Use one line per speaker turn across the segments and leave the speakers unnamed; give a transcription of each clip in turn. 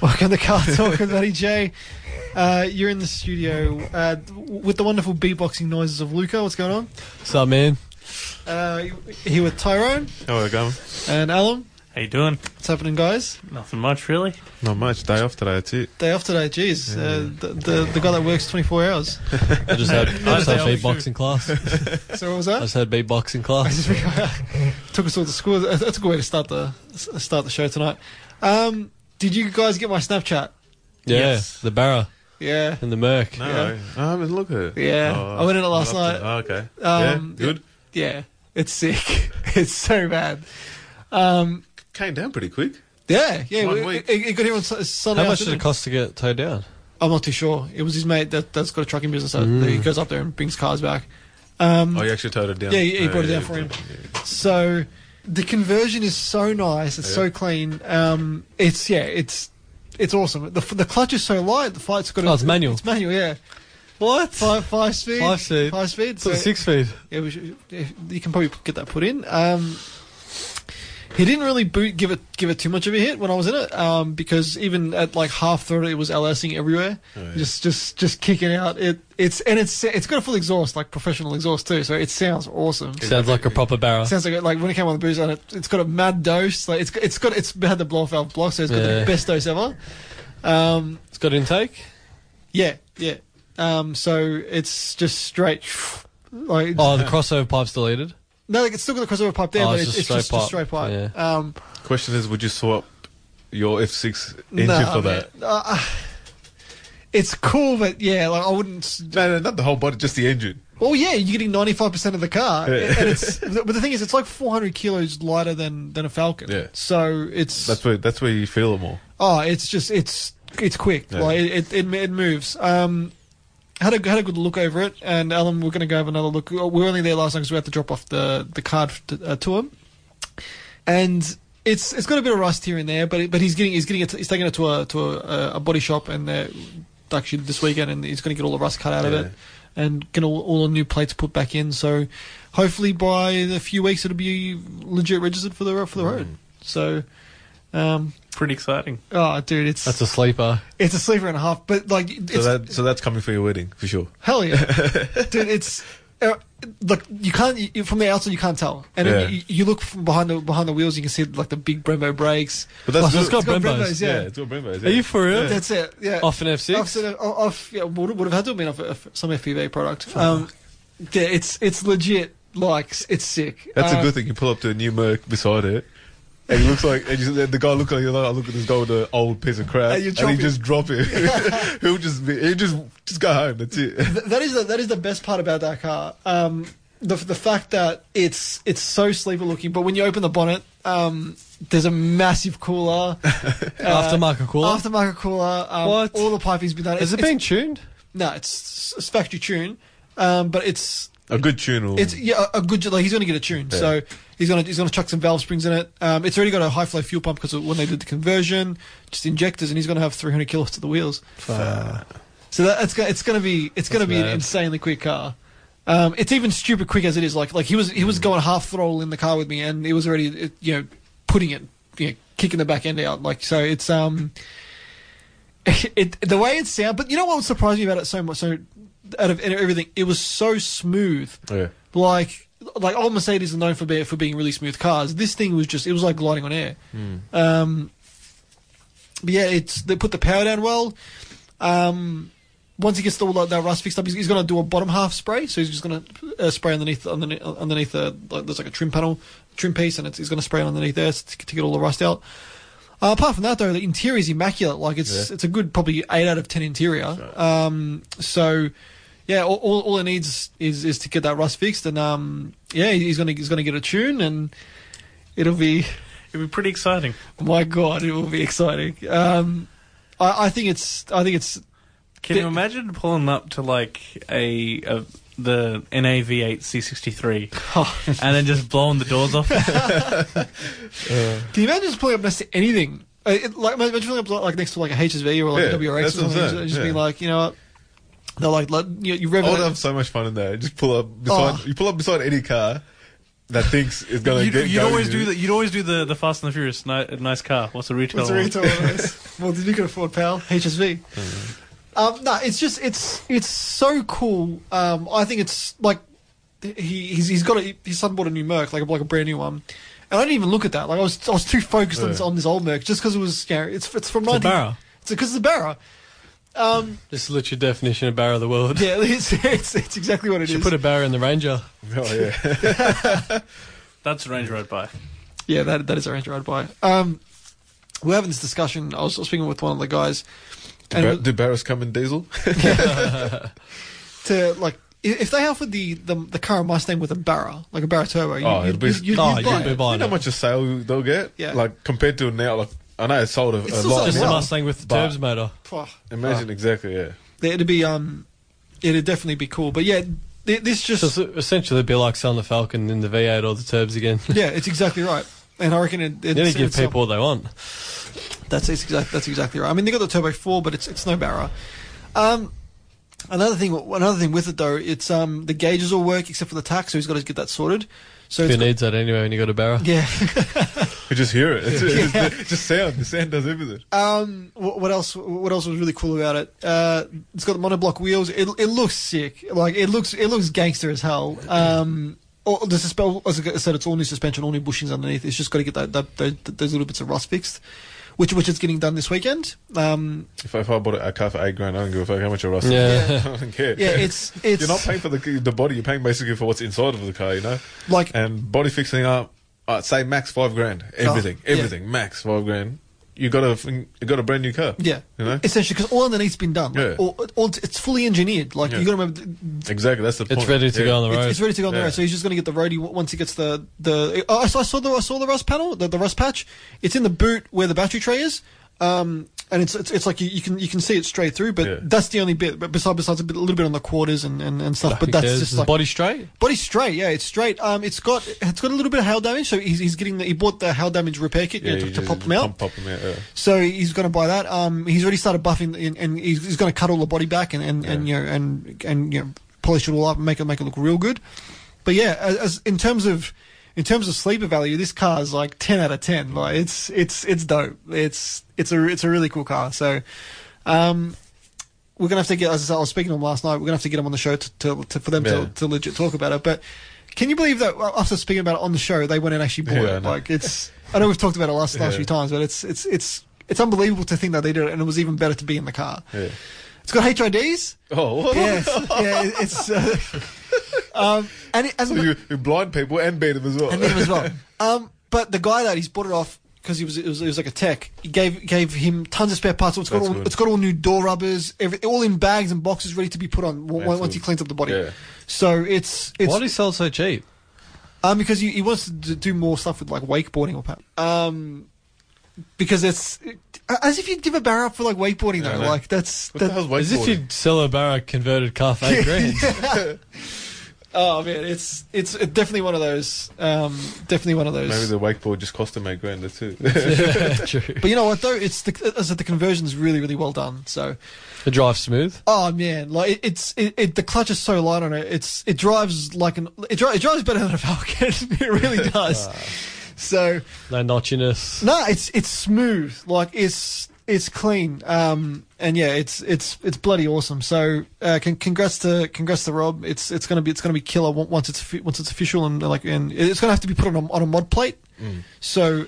Welcome to Car Talk with Matty J. Uh, you're in the studio uh, with the wonderful beatboxing noises of Luca. What's going on?
What's up, man?
Uh, here with Tyrone
How are we going?
and Alum.
How you doing?
What's happening, guys?
Nothing much, really.
Not much. Day off today. That's it.
Day off today. Jeez, uh, the, the the guy that works 24 hours.
I just had, I just had
How's the
beatboxing class. I
So what was that?
just had beatboxing class.
Took us all to school. That's that's a good way to start the start the show tonight. Um, did you guys get my Snapchat?
Yeah,
Yes.
the barra
Yeah.
and the merc.
No,
Yeah.
I haven't looked at it. Oh,
Yeah. I went in it
I'll
last
have
night.
to- Oh, okay.
Um,
yeah. Good.
Yeah, it's sick. it's so bad. Um,
Came down pretty quick.
Mm. yeah, yeah.
One
we-
week.
It, it got here on Su- Sunday.
How much did
afternoon.
it cost to get towed down?
I'm not too sure. It was his mate that, that's got a trucking business. That, that
Mm.
he goes up there and brings cars back. Um,
Oh, you actually towed it down.
Yeah, he- he
Oh,
brought it down for him. so the conversion is so nice.
Oh,
It's so
Yeah.
clean. Um, it's yeah, it's it's awesome. The, f- the clutch is so light. The flight's got. A,
Oh, it's manual.
It's manual. Yeah,
What?
five five speed.
Five speed.
Five speed.
So six feet.
Yeah, we should, if, you can probably get that put in. Um, he didn't really boot give it give it too much of a hit when I was in it, um, because even at like half throttle, it was LSing everywhere,
yeah.
just just just kicking out. It it's and it's it's got a full exhaust, like professional exhaust too, so it sounds awesome.
Sounds like a proper barra.
Sounds like like when it came on the booze, on it, it's got a mad dose. Like it's got- it's got it's had the blow off valve block, so it's got the
Yeah.
best dose ever. Um,
It's got intake.
yeah, yeah. Um, so it's just straight. Like
Oh, the crossover pipe's deleted.
No, like it's still got the crossover pipe there,
Oh,
but it's,
it's
it's
just
just,
straight
a straight
pipe.
pipe. Um,
Question is, would you swap your F6 engine
nah,
for
man.
that?
Uh, uh, it's cool, but yeah, like I wouldn't. s-
No, no, not the whole body, just the engine.
Well, yeah, you're getting 95 percent of the car,
Yeah.
and it's. But the thing is, it's like 400 kilos lighter than than a Falcon.
Yeah.
So it's.
That's where that's where you feel it more.
oh, it's just it's it's quick.
Yeah.
Like it, it it moves. Um. Had a, had a good look over it, and Alan, we're going to go have another look. We were only there last night because we had to drop off the, the card to, uh, to him. and it's it's got a bit of rust here and there, but it, but he's getting he's getting it, he's taking it to a to a, a body shop and uh, actually this weekend, and he's going to get all the rust cut out
Yeah.
of it, and get all, all the new plates put back in. So hopefully by a few weeks it'll be legit registered for the ro-
Mm.
for the road. So. Um,
Pretty exciting.
oh, dude, it's
That's a sleeper.
it's a sleeper and a half, but like it's
So that so that's coming for your wedding for sure.
Hell yeah, dude! It's uh, look you can't you, from the outside you can't tell, and
Yeah.
you, you look from behind the behind the wheels, you can see like the big Brembo brakes.
But that's
Oh, so it's
good.
got Brembos,
yeah.
it's got Brembos.
Are you for real?
That's it. Yeah,
Off an F6?
Off, off, off yeah, would, would have had to have been off, of some FPV product. Um, yeah, it's it's legit. Like it's sick.
That's
Uh,
a good thing. You pull up to a new Merc beside it, and he looks like, and you, the guy looks like, you're like, I look at this guy with an old piece of crap,
And you
and,
drop
he
it.
just drop it. he'll just, be, he'll just, just go home. That's it.
Th- that is the, that is the best part about that car. Um, the the fact that it's it's so sleeper looking, but when you open the bonnet, um, there's a massive cooler, uh,
Aftermarket cooler.
aftermarket cooler. Um,
What?
All the piping's been done.
Has it
It's-
been tuned?
it's- No, it's, it's factory tune, um, but it's
A good tune. Will,
it's yeah a a good like he's going to get a tune.
Yeah.
So he's going to he's going to chuck some valve springs in it. Um, it's already got a high flow fuel pump because when they did the conversion, just injectors, and he's going to have 300 kilos to the wheels. So that, that's go- it's going to be it's going to be
That's
an
mad.
insanely quick car. Um, it's even stupid quick as it is. Like like he was he
Hmm.
was going half throttle in the car with me, and he was already it, you know putting it you know, kicking the back end out. Like so it's um it the way it sound. But you know what surprised me about it so much so out of everything, it was so smooth
yeah.
like like old Mercedes are known for be, for being really smooth cars. This thing was just it was like gliding on air. Um, but yeah, it's they put the power down well. Um, once he gets all that, that rust fixed up, he's, he's going to do a bottom half spray. So he's just going to uh, spray underneath underneath, underneath the, like, there's like a trim panel trim piece, and it's, he's going to spray it underneath there to, to get all the rust out. Uh, apart from that, though, the interior is immaculate. Like it's
Yeah.
it's a good probably eight out of ten interior. Um, so yeah, all, all, all it needs is is to get that rust fixed, and um, yeah, he's gonna he's gonna get a tune, and it'll be
It'd be pretty exciting.
my god, it will be exciting. Um, I, I think it's I think it's
Can
Th-
you imagine pulling up to like a, a the NAV8 C63
oh,
and then just blowing the doors off?
Can you imagine just pulling up next to anything? Uh, It, like, imagine pulling up like next to like a HSV or like
Yeah,
a WRX or
that's what I'm
something, just,
saying,
just
yeah.
being like, you know what? They're like, like you, you rev
I
it
would
up.
have so much fun in there. Just pull up beside,
Oh.
you pull up beside any car, that thinks it's gonna
you'd,
get.
you'd
go
always
to
do
you.
the you'd always do the, the Fast and the Furious ni- nice car. What's the retail?
What's the
one?
retail on this? well, did you can afford pal HSV? Um, no, it's just it's it's so cool. Um, I think it's like he he's, he's got a, his son bought a new Merc, like a, like a brand new one. And I didn't even look at that. Like I was I was too focused on, this,
Yeah.
on this old Merc just because it was scary. It's it's from
It's a
19
barra.
It's because it's a Barra. Um,
This is literally definition of barra of the world.
yeah, it's, it's it's exactly what it is.
Should put a barra in the Ranger.
Oh yeah.
That's the Range Road by.
Yeah, that that is our answer I'd buy. Um, we're having this discussion. I was speaking with one of the guys,
Do,
and
Bar-
it was-
do Barris come in diesel?
to like i- if they offered the the, the car Mustang with a barra, like a barra turbo, you,
Oh,
you,
it'd be-
you, would
oh,
buy
you'd
it.
be buying-
you know how much a sale they'll get?
Yeah.
Like compared to now, like I know it sold a,
It's
a
still
lot.
selling
Just
well.
a Mustang with the
Oh, But-
turbs motor.
Pwah.
Imagine exactly, yeah.
It'd be um, it'd definitely be cool. But yeah, th- this
So
just
it's essentially, it'd be like selling the Falcon in the V8 or the turbs again.
yeah, it's exactly right. And I reckon it, it's,
You need to give
it's up-
people what they want.
That's it's exact, that's exactly right. I mean, they got the turbo four, but it's it's no barra. Um, another thing, another thing with it though, it's um the gauges all work except for the tack, so he's got to get that sorted. So
Who
it's got-
needs that anyway when you got a barra?
yeah.
You just hear it. It's, it's, it's just sound. The sound does everything.
Um, what, what else? What else was really cool about it? Uh, it's got the monoblock wheels. It, it looks sick. Like it looks it looks gangster as hell. Um, all, the suspension, as I said, it's all new suspension, all new bushings underneath. It's just got to get that, that, those, those little bits of rust fixed, which which it's getting done this weekend. Um,
If, if I bought a car for eight grand, I don't give a fuck how much it costs.
Yeah.
I don't care.
yeah, it's it's
You're not paying for the the body. You're paying basically for what's inside of the car. You know,
like
and body fixing up. Uh, say max five grand. Everything,
yeah.
everything, max five grand. You got a thing- you got a brand new car.
yeah,
you know
essentially because all underneath's been done. Like,
Yeah.
all, all, it's fully engineered. Like
Yeah.
you got to remember,
exactly. That's the point.
It's ready to
Yeah.
go on the
It's,
road.
it's ready to go on the
Yeah.
road. So he's just going to get the roadie w- once he gets the the. Oh, I saw, I saw the I saw the rust panel, the, the rust patch. It's in the boot where the battery tray is, um, and it's it's, it's like you, you can you can see it straight through. But
Yeah.
that's the only bit. But besides besides a, bit, a little bit on the quarters and, and, and stuff. But
Who
that's
cares?
just
Is
like
the body straight.
body's straight. Yeah, it's straight. Um, it's got it's got a little bit of hail damage. So he's, he's getting the, he bought the hail damage repair kit you know,
you
to, to
just-
pop them out.
Pop, pop 'em out, yeah.
So he's going to buy that. Um, he's already started buffing, and, and he's, he's going to cut all the body back and and, and you know and and you know polish it all up and make it make it look real good. But yeah, as, as in terms of in terms of sleeper value, this car is like ten out of
Mm.
ten. Like it's it's it's dope. It's it's a it's a really cool car. So. Um, we're gonna have to get. As I, said, I was speaking to him last night. We're gonna have to get him on the show to, to, to for them
Yeah.
to, to legit talk about it. But can you believe that well, after speaking about it on the show, they went and actually bought
Yeah, I
it?
know.
Like it's. I know we've talked about it last last
Yeah.
few times, but it's it's it's it's unbelievable to think that they did it, and it was even better to be in the car.
Yeah.
It's got HIDs.
Oh, what?
Yes, yeah, it- it's. Uh, um, and it, as
So you, you blind people and beat them as well.
and then as well. Um, but the guy that he's bought it off because he was it was it was like a tech. He gave gave him tons of spare parts. So it's got
That's
all,
good.
it's got all new door rubbers, every, all in bags and boxes ready to be put on w-
That's
once he
good.
cleans up the body.
Yeah.
So it's it's
Why do you sell so cheap?
um, because he, he wants to d- do more stuff with like wakeboarding or pa- um because it's it- as if you'd give a bar up for like wakeboarding
Yeah, I
though.
know.
Like that's
what the
that-
hell's
As if
wakeboarding?
you'd sell a barra converted car for eight grand.
oh man, it's it's definitely one of those um, definitely one of those.
Maybe the wakeboard just cost them eight grand. That's it.
True.
but you know what though, it's the as I said, the conversion's really really well done. So
It drives smooth.
Oh man, like it, it's it, it the clutch is so light on it. It's it drives like an it, dri- it drives better than a Falcon. it really
Ah.
does. so
No notchiness.
no, it's it's smooth. Like it's it's clean. Um and yeah, it's it's it's bloody awesome. So uh, con- congrats to congrats to Rob. It's it's gonna be it's gonna be killer on- once it's fi- once it's official and like and it's gonna have to be put on a, on a mod plate. So.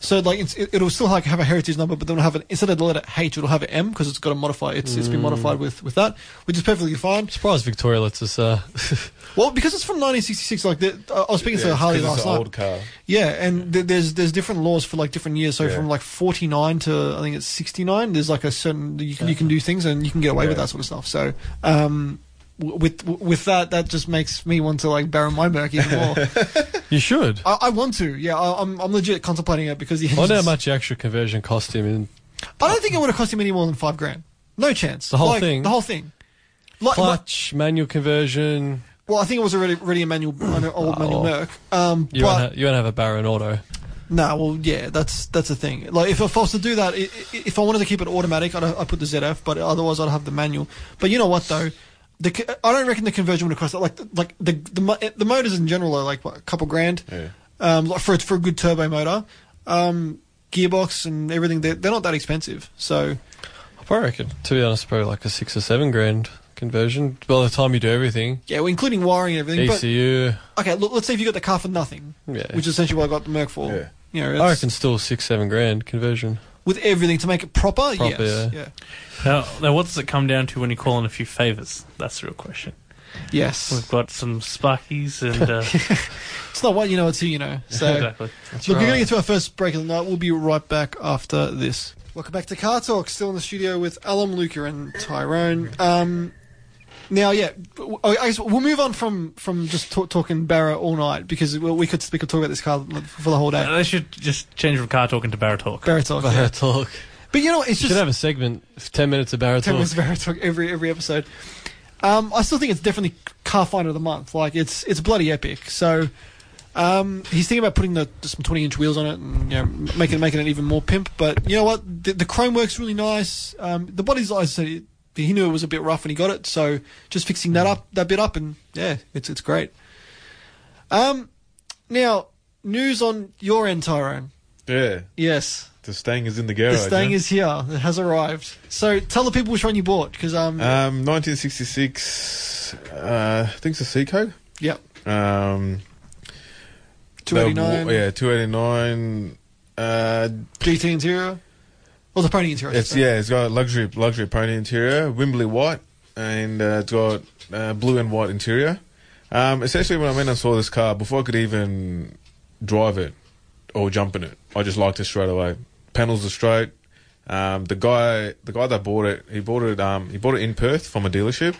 So like it's, it, it'll still like have a heritage number, but then it'll have an instead of the letter H, it'll have an M because it's got to modify. It's it's been modified
Mm.
with with that, which is perfectly fine.
Surprised Victoria lets us. Uh,
Well, because it's from 1966. Like the, I I was speaking to
it's
Harley
'cause
last
it's
night.
an old car.
Yeah, and th- there's there's different laws for like different years. So
Yeah.
from like 49 to I think it's 69, there's like a certain you can, you can do
Uh-huh.
things and you can get away with
Yeah.
that sort of stuff. So um, w- with w- with that, that just makes me want to like Baron Weinberg even more.
you should.
I, I want to. Yeah, I, I'm I'm legit contemplating it because the
I wonder how
engine's-
much the actual conversion cost him. In
I don't think it would have cost him any more than five grand. No chance.
The whole
Like,
thing?
The whole thing. Like, like-
clutch, manual conversion.
well, I think it was already already a manual, an old manual
Oh.
Merc. Um,
You,
but,
won't ha- you won't have a Baron Auto.
Nah, well, yeah, that's that's the thing. Like, if I was to do that, i- i- if I wanted to keep it automatic, I'd, I'd put the ZF, but otherwise I'd have the manual. But you know what, though? the co- I don't reckon the conversion would have cost like like the the, mo- the motors in general are like what, a couple grand
Yeah.
um, like for a- for a good turbo motor, um, gearbox and everything. They're, they're not that expensive, so
I probably reckon, to be honest, probably like a six or seven grand conversion by the time you do everything.
yeah, well, including wiring and everything.
ECU.
But okay, look, let's say if you got the car for nothing,
Yeah.
which is essentially what I got the Merc for.
Yeah.
You know,
I
it's-
reckon still six, seven grand conversion.
with everything to make it proper.
Proper,
yes, yeah.
yeah.
Now, now, what does it come down to when you call in a few favors? That's the real question. We've
yes.
got some Sparkies and uh,
It's not what you know, it's who you know. So.
exactly.
Look, we're going to get to our first break of the night. We'll be right back after this. Welcome back to Car Talk. Still in the studio with Alum, Luca, and Tyrone. Um, now, yeah, w- I guess we'll move on from from just talk, talking Barra all night because we we could we could talk about this car for the whole
Uh,
day.
they should just change from car talking to barra talk.
Barra talk,
Barra
yeah.
talk.
but you know, what, it's
You
just
should have a segment, of 10 minutes of Barra
ten
talk.
Oh.
minutes of Barra talk every every episode. Um, I still think it's definitely car finder of the month. Like it's it's bloody epic. So. Um, he's thinking about putting the, some 20 inch wheels on it and you know, making making it even more pimp. But you know what? The, the chrome works really nice. Um, the body's, like I said, he- he knew it was a bit rough when he got it. So just fixing
Mm.
that up, that bit up, and yeah, it's it's great. Um, now news on your end, Tyrone.
Yeah.
Yes,
The Stang is in the
the
garage.
Stang
yeah?
is here. It has arrived. So tell the people which one you bought, because um,
Um, 1966. Uh, I think it's a Seacoat.
yeah,
Um,
two eighty nine
the- Yeah, 289. Uh,
GT interior. Well, the pony interior. I should
it's
say.
yeah, it's got luxury luxury pony interior, Wimbley white, and uh, it's got uh, blue and white interior. Um, essentially, when I went and saw this car, before I could even drive it or jump in it, I just liked it straight away. Panels are straight. Um, the guy, the guy that bought it, he bought it. Um, he bought it in Perth from a dealership,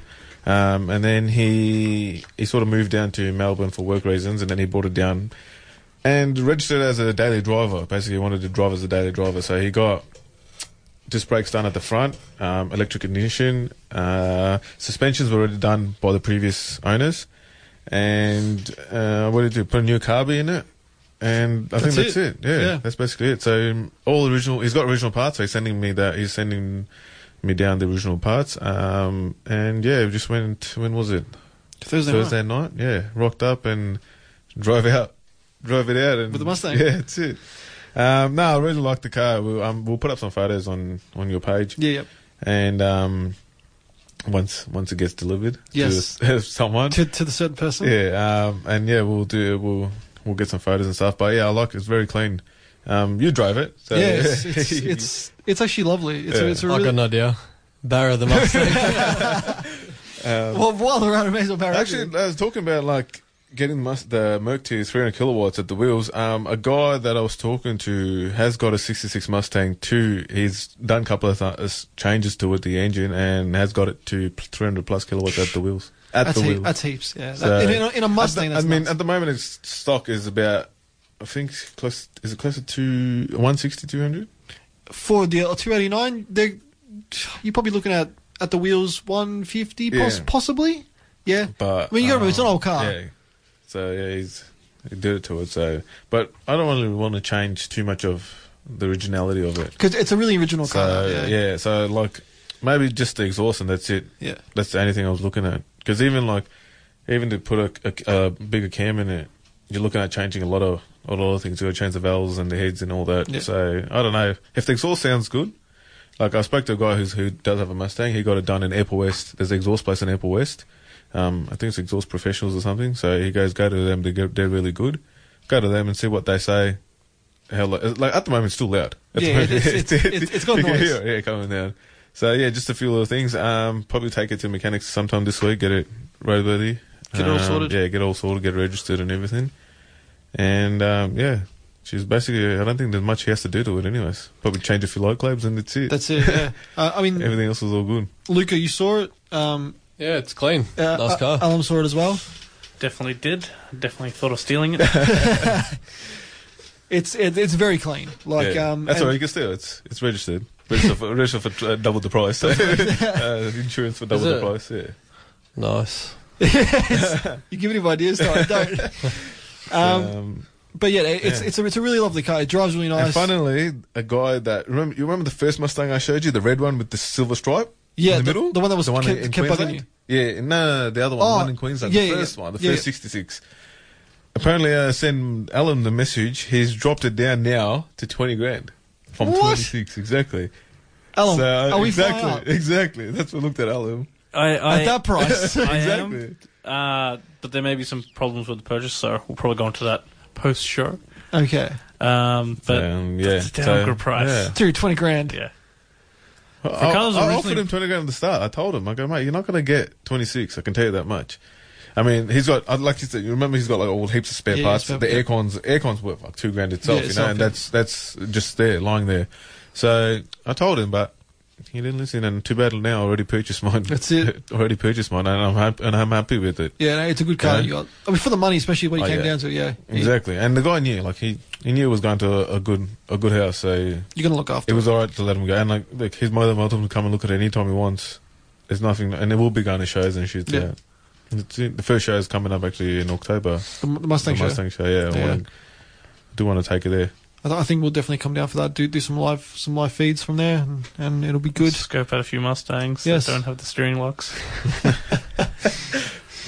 um, and then he he sort of moved down to Melbourne for work reasons, and then he brought it down and registered as a daily driver. Basically, he wanted to drive as a daily driver, so he got disc brakes done at the front, um, electric ignition, uh, suspensions were already done by the previous owners, and uh, what did you do? Put a new carby in it, and I think
That's
that's
it.
it. Yeah,
Yeah.
that's basically it. So um, all original. He's got original parts. So he's sending me that. He's sending me down the original parts. Um, and yeah, we just went. When was it?
Thursday, night.
Thursday night. Yeah, rocked up and drove out, drove it out, and
With the Mustang?
Yeah, that's it. Um, no, I really like the car. We'll, um, we'll put up some photos on on your page,
Yeah, yeah.
and um, once once it gets delivered, to
Yes.
the- someone.
To, to the certain person.
Yeah, um, and yeah, we'll do we'll we'll get some photos and stuff. But yeah, I like it. it's very clean. Um, you drove it, so
yeah, it's, it's, it's it's actually lovely. It's a,
Yeah.
it's a
I've
really,
got an idea. Barra the Mustang.
um,
well, while they're at it, may as well barrel
Actually, I was talking about like getting mus- the Merc to 300 kilowatts at the wheels. Um, a guy that I was talking to has got a 66 Mustang 2. He's done a couple of th- uh, s- changes to it, the engine, and has got it to p- 300 plus kilowatts at the wheels. At
that's,
the
he-
wheels.
that's heaps. Yeah,
So-
That- in, a, in a
At
Mustang.
the-
that's
I mean,
nuts.
at the moment, its stock is about. I think close is it closer to 160 200?
for the uh, 289, they're, you're probably looking at at the wheels 150, poss-
Yeah.
possibly. Yeah,
But
I mean, you got to remember, it's an
um,
old car.
Yeah. So yeah, he's he did it to it. So, but I don't really want to change too much of the originality of it.
Because it's a really original car.
So yeah.
yeah,
so like maybe just the exhaust and that's it.
yeah.
That's the only thing I was looking at. Because even like even to put a, a, a bigger cam in it, you're looking at changing a lot of a lot of things. You got to change the valves and the heads and all that.
Yeah.
So I don't know if the exhaust sounds good. Like I spoke to a guy who's, who does have a Mustang. He got it done in Apple West. There's an exhaust place in Apple West. Um, I think it's Exhaust Professionals or something. So he goes, go to them. They get, they're really good. Go to them and see what they say. How lo- uh, like at the moment it's still loud. At the
Yeah,
moment,
it's- it's- it's- it's got
you can
noise.
hear it, yeah, coming down. So yeah, just a few little things. Um, probably take it to mechanics sometime this week. Get it roadworthy.
Get it all
Um,
sorted.
Yeah, get it all sorted. Get registered and everything. And um, yeah, she's basically. I don't think there's much he has to do to it, anyways. Probably change a few light globes and that's it.
That's it. Yeah, uh, I mean,
everything else was all good.
Luca, you saw it. Um,
yeah, it's clean.
uh,
nice car.
Al- Alum saw it as well.
Definitely did. Definitely thought of stealing it.
It's it, it's very clean. Like
Yeah.
um,
that's
and-
all right. You can still. It's it's registered. Registered for, registered for uh, double the price. So, uh, insurance for double
Is
the
it?
price. Yeah.
nice.
You're giving him ideas, no, I don't. Um,
um,
but yeah, it- it's
yeah.
it's a it's a really lovely car. It drives really
and
nice.
finally, a guy that remember you remember the first Mustang I showed you, the red one with the silver stripe.
yeah,
in the middle,
one that was
the one
kept,
in
kept bugging
Queensland?
you.
Yeah, no, no, no, the other one,
Oh,
the one in Queensland,
yeah,
the
yeah,
first
yeah.
one, the
Yeah,
first
yeah.
66. Apparently, I sent Alan the message. He's dropped it down now to 20 grand from
What?
26, exactly.
Alan,
so,
are we
exactly,
flying up?
exactly. That's what I looked at Alan.
I, I,
At that price,
I
exactly.
am, uh, but there may be some problems with the purchase, so we'll probably go into that post show.
okay,
Um, but
um, yeah,
that's a damn good price.
Yeah.
dude, twenty grand.
yeah,
I, I-
Carlos
I offered
originally-
him 20 grand at the start. I told him, I go, mate, you're not going to get 26. I can tell you that much. I mean, he's got, I'd like you said, you remember he's got like all heaps of spare
Yeah,
parts.
spare-
the aircons, aircons worth like two grand itself,
Yeah,
you know,
itself,
and
yeah.
that's, that's just there, lying there. So I told him, but he didn't listen and too bad now I already purchased mine.
That's it.
already purchased mine and I'm happy, and I'm happy with it.
Yeah, no, it's a good car
Yeah.
you got. I mean, for the money, especially when it
Oh,
came
yeah.
down to it. Yeah,
Exactly. And the guy knew, like he, he knew it was going to a, a good, a good house. So
you're gonna look after.
it
It
was all right to let him go. And like, look, his mother welcome to come and look at it anytime he wants. There's nothing, and it will be going to shows and shit.
Yeah.
Yeah. It's- The first show is coming up actually in October.
the M- the Mustang,
the
show.
Mustang show. Yeah, I,
Yeah.
wanna- I do want to take it there.
I, th- I think we'll definitely come down for that. Do do some live some live feeds from there, and, and it'll be good.
Scope out a few Mustangs
Yes.
that don't have the steering locks.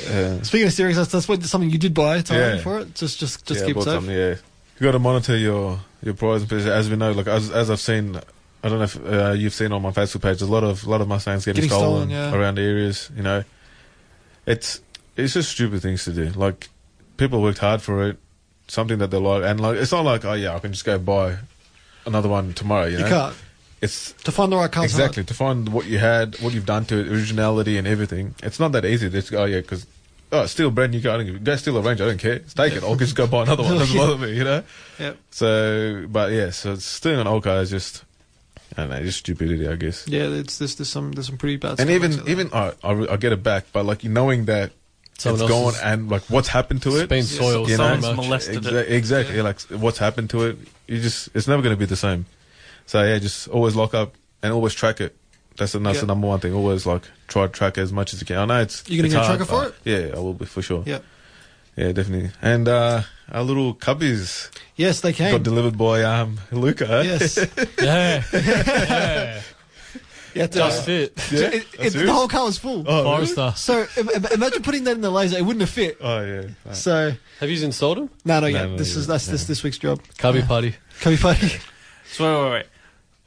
Uh,
Speaking of series, that's, that's what something you did buy. Time
Yeah.
for it. Just just just
yeah, I
keep
bought
safe.
something, Yeah, you got to monitor your your prize and position. As we know, like as as I've seen, I don't know if uh, you've seen on my Facebook page, a lot of lot of Mustangs getting,
Getting
stolen,
stolen, yeah.
around areas. You know, it's it's just stupid things to do. Like people worked hard for it, something that they like, and like it's not like oh yeah, I can just go buy another one tomorrow. You,
You
know?
can't
It's
to find the right car.
exactly to find what you had, what you've done to it, originality and everything. It's not that easy. Just go, oh yeah, because oh, it's still brand new. car, I don't give- Go steal a Range. I don't care. Just take it. I'll just go buy another one. It doesn't
Yeah.
bother me. You know.
Yep.
So, but yeah, so stealing an old car is just, I don't know, just stupidity, I guess.
Yeah, it's there's, there's some there's some pretty bad.
and
stuff
even
like that.
even I, I re- I get it back, but like knowing that
Someone
it's gone
else's-
and like what's happened to
It's
it,
been
Yeah,
soiled
you
so
know,
someone's
much.
molested
Exa-
it.
exactly,
Yeah.
like what's happened to it, you just it's never going to be the same. So yeah, just always lock up and always track it. That's the, that's the
Yeah.
number one thing. Always like try to track it as much as you can. I know it's
You gonna
it's
get a
hard,
tracker for
but- Yeah, I will be for sure.
yeah.
yeah definitely. And uh, our little cubbies
Yes, they
got
came.
delivered by um Luca.
yes.
Yeah. yeah.
yeah. it's, uh,
Just fit.
Yeah,
it- it-
that's
the whole car was full.
Oh, really?
Forester.
So im- im- imagine putting that in the laser, it wouldn't have fit.
Oh yeah. Right.
So
Have you installed them?
no, no,
no,
yeah. This is
yeah,
that's this this week's job.
Cubby party.
Can we party?
So wait, wait, wait.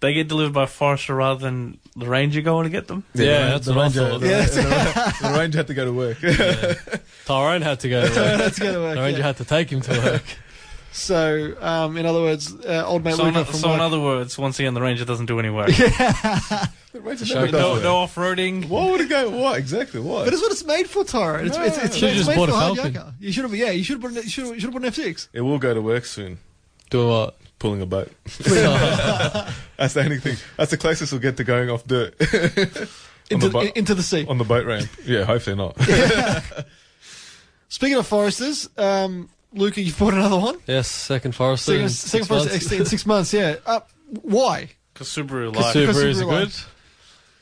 They get delivered by Forester rather than the Ranger going to get them.
Yeah, that's
the
what I
ranger,
thought.
The,
Yeah.
the, the ranger had to go to work.
Tyrone had to go. to work.
That's gonna work.
Tyrone, you
yeah.
had to take him to work.
So, um, in other words, uh, old mate
So,
Luca
in,
from
so in
work-
other words, once again, the Ranger doesn't do any work.
the ranger
Show
never does
no,
work.
no off-roading.
Why would it go? Why exactly? Why?
But it's what it's made for, Tyrone. It's, it's, it's,
Should've
it's
just
made
bought
for
a
hard
Falcon.
yakka. You should have, yeah, you should have bought, an- you should have bought an F6.
it will go to work soon.
Do what?
Pulling a boat. That's the only thing. That's the closest we'll get to going off dirt On
Into,
the bu-
in- into the sea.
on the boat ramp. Yeah, hopefully not.
Speaking of Foresters, um, Luca, you've bought another one?
Yes, second Forester.
Second,
in
second
six
Forester
months.
XT in six months, yeah. Uh, why?
Because Subaru
The
like
Because
Subaru is
Subaru
good.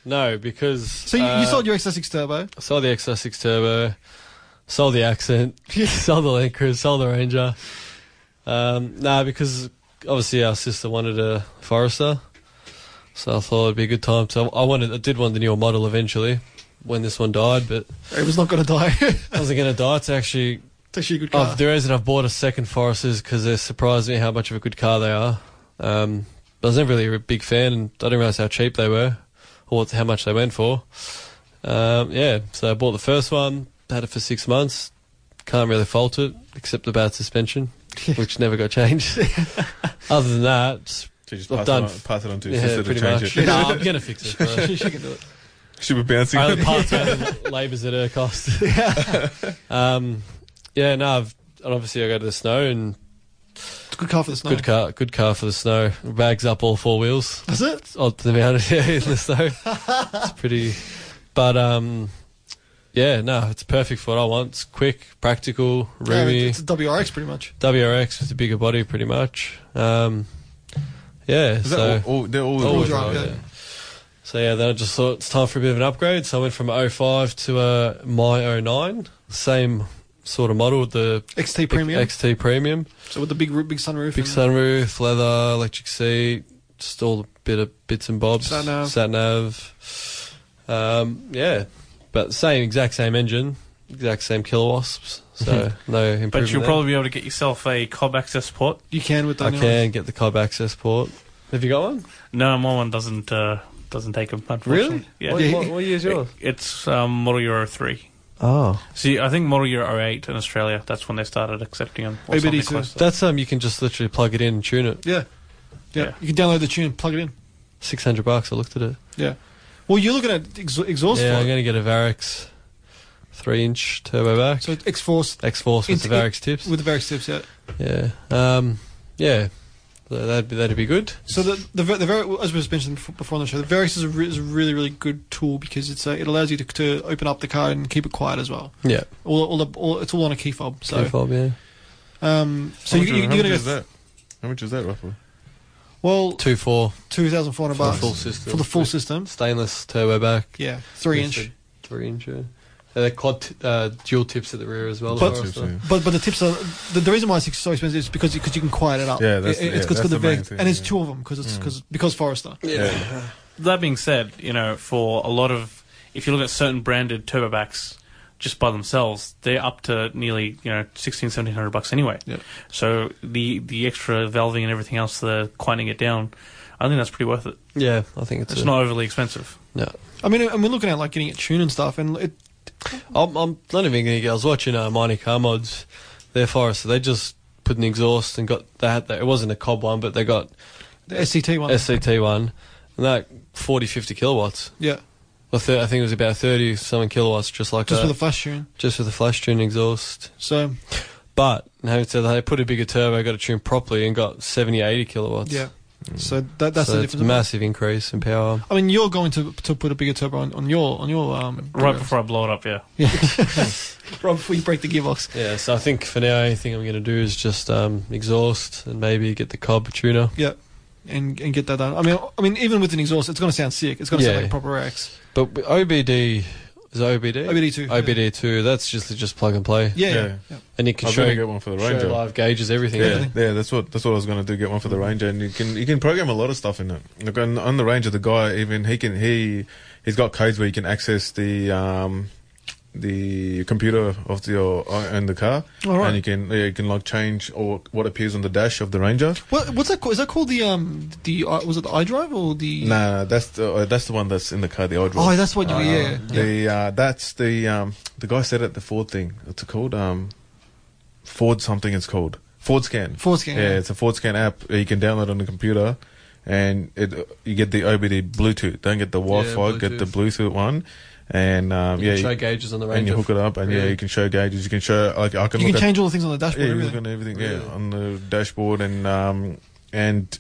No, because
So you,
uh,
you sold your XS6 Turbo.
I sold the XR6 Turbo, sold the Accent, sold the Land Cruiser, sold the Ranger. Um, nah, because obviously our sister wanted a Forester, so I thought it'd be a good time. So I wanted, I did want the newer model eventually when this one died, but
It was not going to die. it's
I wasn't going to die. It's actually
actually a good car.
I've, the reason I've bought a second Forest is because they surprised me how much of a good car they are. Um, but I was never really a big fan, and I didn't realize how cheap they were or what- how much they went for. Um, yeah, so I bought the first one, had it for six months. Can't really fault it, except the bad suspension, which never got changed. Other than that,
So just
I've
pass,
done-
it on, pass it on to your
yeah,
sister to
pretty
change
much.
it.
no, I'm gonna fix it. bro.
she can do it.
She'll be bouncing.
I
on
only part time labours at her cost. um, yeah, no, I've, and obviously I go to the snow and
It's a good car for the snow.
Good car, good car for the snow. Bags up all four wheels.
That's it?
It's odd to be honest, yeah, in the snow. It's pretty, but um, yeah, no, it's perfect for what I want. It's quick, practical,
Yeah,
roomy.
it's a WRX pretty
Oh,
much.
WRX with a bigger body, pretty much. Um, yeah,
Is that
so
all, all, they're all
all
always
drive,
right,
yeah.
So yeah, then I just thought it's time for a bit of an upgrade. So I went from 05 to uh, my 09, same sort of model, the
XT Premium.
XT Premium.
so with the big roo- big sunroof.
Big
and-
sunroof, leather, electric seat, just all the bit of bits and bobs.
Sat nav.
Sat nav. Um, yeah, But same exact same engine, exact same killer wasps. So no improvement.
But you'll
there.
probably be able to get yourself a cob access port.
You can with
I
Dynamics.
can get the cob access port. Have you got one?
No, my one doesn't uh, doesn't take them. Unfortunately. Yeah.
What,
Yeah.
what, what year is yours?
It's um, Model Euro three.
Oh,
See, I think Model Year 08 in Australia, that's when they started accepting them. Or
Maybe
something
it's a-
close to that.
that's um. You can just literally plug it in and tune it.
Yeah. yeah.
Yeah.
You can download the tune and plug it in.
Six hundred bucks. I looked at it.
Yeah. Well, you're looking at ex- exhaust
yeah, I'm
for it.
going to get a Varix three inch turbo back.
So it's X Force
X Force with
It's-
the Varix tips.
with the various steps, yeah.
yeah. Um. Yeah. So that'd be that'd be good.
So the the, ver- the ver- as was mentioned befo- before on the show, the Varix is a, re- is a really really good tool because it's a, it allows you to, to open up the car and keep it quiet as well.
Yeah.
All, all, the, all it's all on a key fob. So
Key fob, yeah.
um, so
how
you,
much,
you, you're
is- how
gonna
much
go
is that? How much is that roughly?
well
Two four
two thousand four hundred
for the
bucks
full system.
for the full system.
stainless turbo back.
Yeah, three
Yes,
inch.
the Three inch. Yeah. And the quad t- uh, dual tips at the rear as well.
But-
as well, so-
But but the tips are the, the reason why it's so expensive is because because you can quiet it up.
Yeah, that's-
It-
yeah,
it's 'cause
that's
got the,
the main
Varix-
thing,
and it's
yeah.
two of them because it's
Mm.
because because Forester.
Yeah.
That being said, you know, for a lot of, if you look at certain branded turbobacks just by themselves, they're up to nearly, you know, 16, 1700 bucks anyway.
Yeah.
So the, the extra valving and everything else, the quieting it down, I think that's pretty worth it.
yeah, I think it's,
It's
a-
not overly expensive.
No,
I mean, and we're looking at like getting it tuned and stuff, and it
I'm, I'm not even going to get. I was watching uh, Monte Car Mods, their Forester. They just put an exhaust and got they had that. It wasn't a Cobb one, but they got
the SCT one.
SCT one, and that 40, 50 kilowatts.
yeah,
Well, thir- I think it was about thirty something kilowatts, just like
just
Uh,
that,
with a flash tune.
just with a flash tune exhaust.
So
But having said that, they put a bigger turbo, got it tuned properly, and got 70, 80 kilowatts.
yeah,
mm.
so that that's
so
the
it's
difference.
a massive increase in power.
I mean, you're going to to put a bigger turbo on, on your on your um
Right
gearbox.
before I blow it up, yeah.
yeah, right before you break the gearbox.
Yeah, so I think for now, only thing I'm going to do is just um, exhaust and maybe get the Cobb tuner.
Yeah, and and get that done. I mean, I mean, even with an exhaust, it's going to sound sick. It's going to
Yeah.
sound like a proper X.
But with OBD is it OBD.
OBD two.
OBD two. That's just just plug and play,
Yeah, yeah.
Yeah.
yeah.
and you can
I'm
show,
gonna get one for the
show
Ranger.
live gauges everything.
Yeah,
Yeah.
yeah, that's what that's what I was gonna do. Get one for the Ranger, and you can you can program a lot of stuff in it. Like on, on the Ranger, the guy even he can he he's got codes where you can access the um the computer of the your uh, in the car,
All right.
and you can yeah, you can like change or what appears on the dash of the Ranger.
What, what's that called? Is that called the um the uh, was it the iDrive or the?
Nah, that's the uh, that's the one that's in the car, the old one.
Oh, that's what you yeah. yeah.
The uh, that's the um the guy said it the Ford thing. What's it called? Um, Ford something. It's called Ford Scan.
Ford scan,
Yeah,
yeah.
it's a Ford Scan app. that You can download on the computer, and it you get the OBD Bluetooth. Don't get the Wi-Fi. get the Bluetooth one, and um,
You
yeah,
can show
you-
gauges on the
and
Ranger.
you hook it up, and yeah,
Really?
you can show gauges. You can show like I can
You
look
can
at
change all the things on the
yeah,
dashboard.
you
and
can look
everything.
at everything.
Really?
Yeah, on the dashboard and um and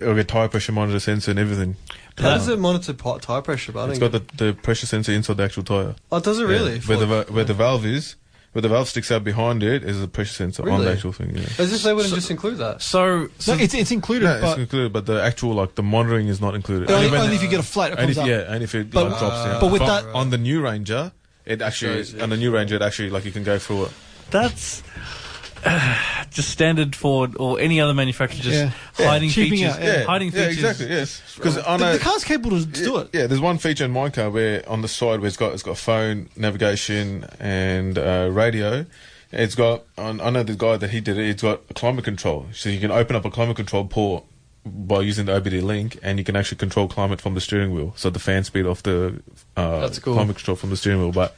it'll get tire pressure monitor sensor and everything.
How does it monitor pi- tire pressure? But I
It's
don't
got the, the pressure sensor inside the actual tire.
get- oh, does it really?
Yeah, Where the va- where the valve is, where the valve sticks out behind it is a pressure sensor on the
Really?
actual thing. Yeah.
As if they wouldn't just include that.
No,
So,
it's it's included,
No, it's
but
included, but the actual like the monitoring is not included.
only,
when-
only if you get a flat, it
only
comes
if-
up.
yeah, only if it
But-
like, drops down.
but with
But
that-
on the new Ranger, it actually
Shows,
on the new Ranger, it actually like you can go through it.
That's uh, just standard Ford or any other manufacturer just
Yeah.
hiding
Yeah, cheaping
features.
out, yeah.
Hiding
yeah,
features.
exactly. Yes, because
The,
on a,
the car's capable to do it.
Yeah, there's one feature in my car where on the side where it's got it's got phone, navigation, and uh, radio. It's got on, I know the guy that he did it. It's got a climate control, so you can open up a climate control port by using the OBD link, and you can actually control climate from the steering wheel. So the fan speed off the uh,
That's cool.
climate control from the steering wheel, but.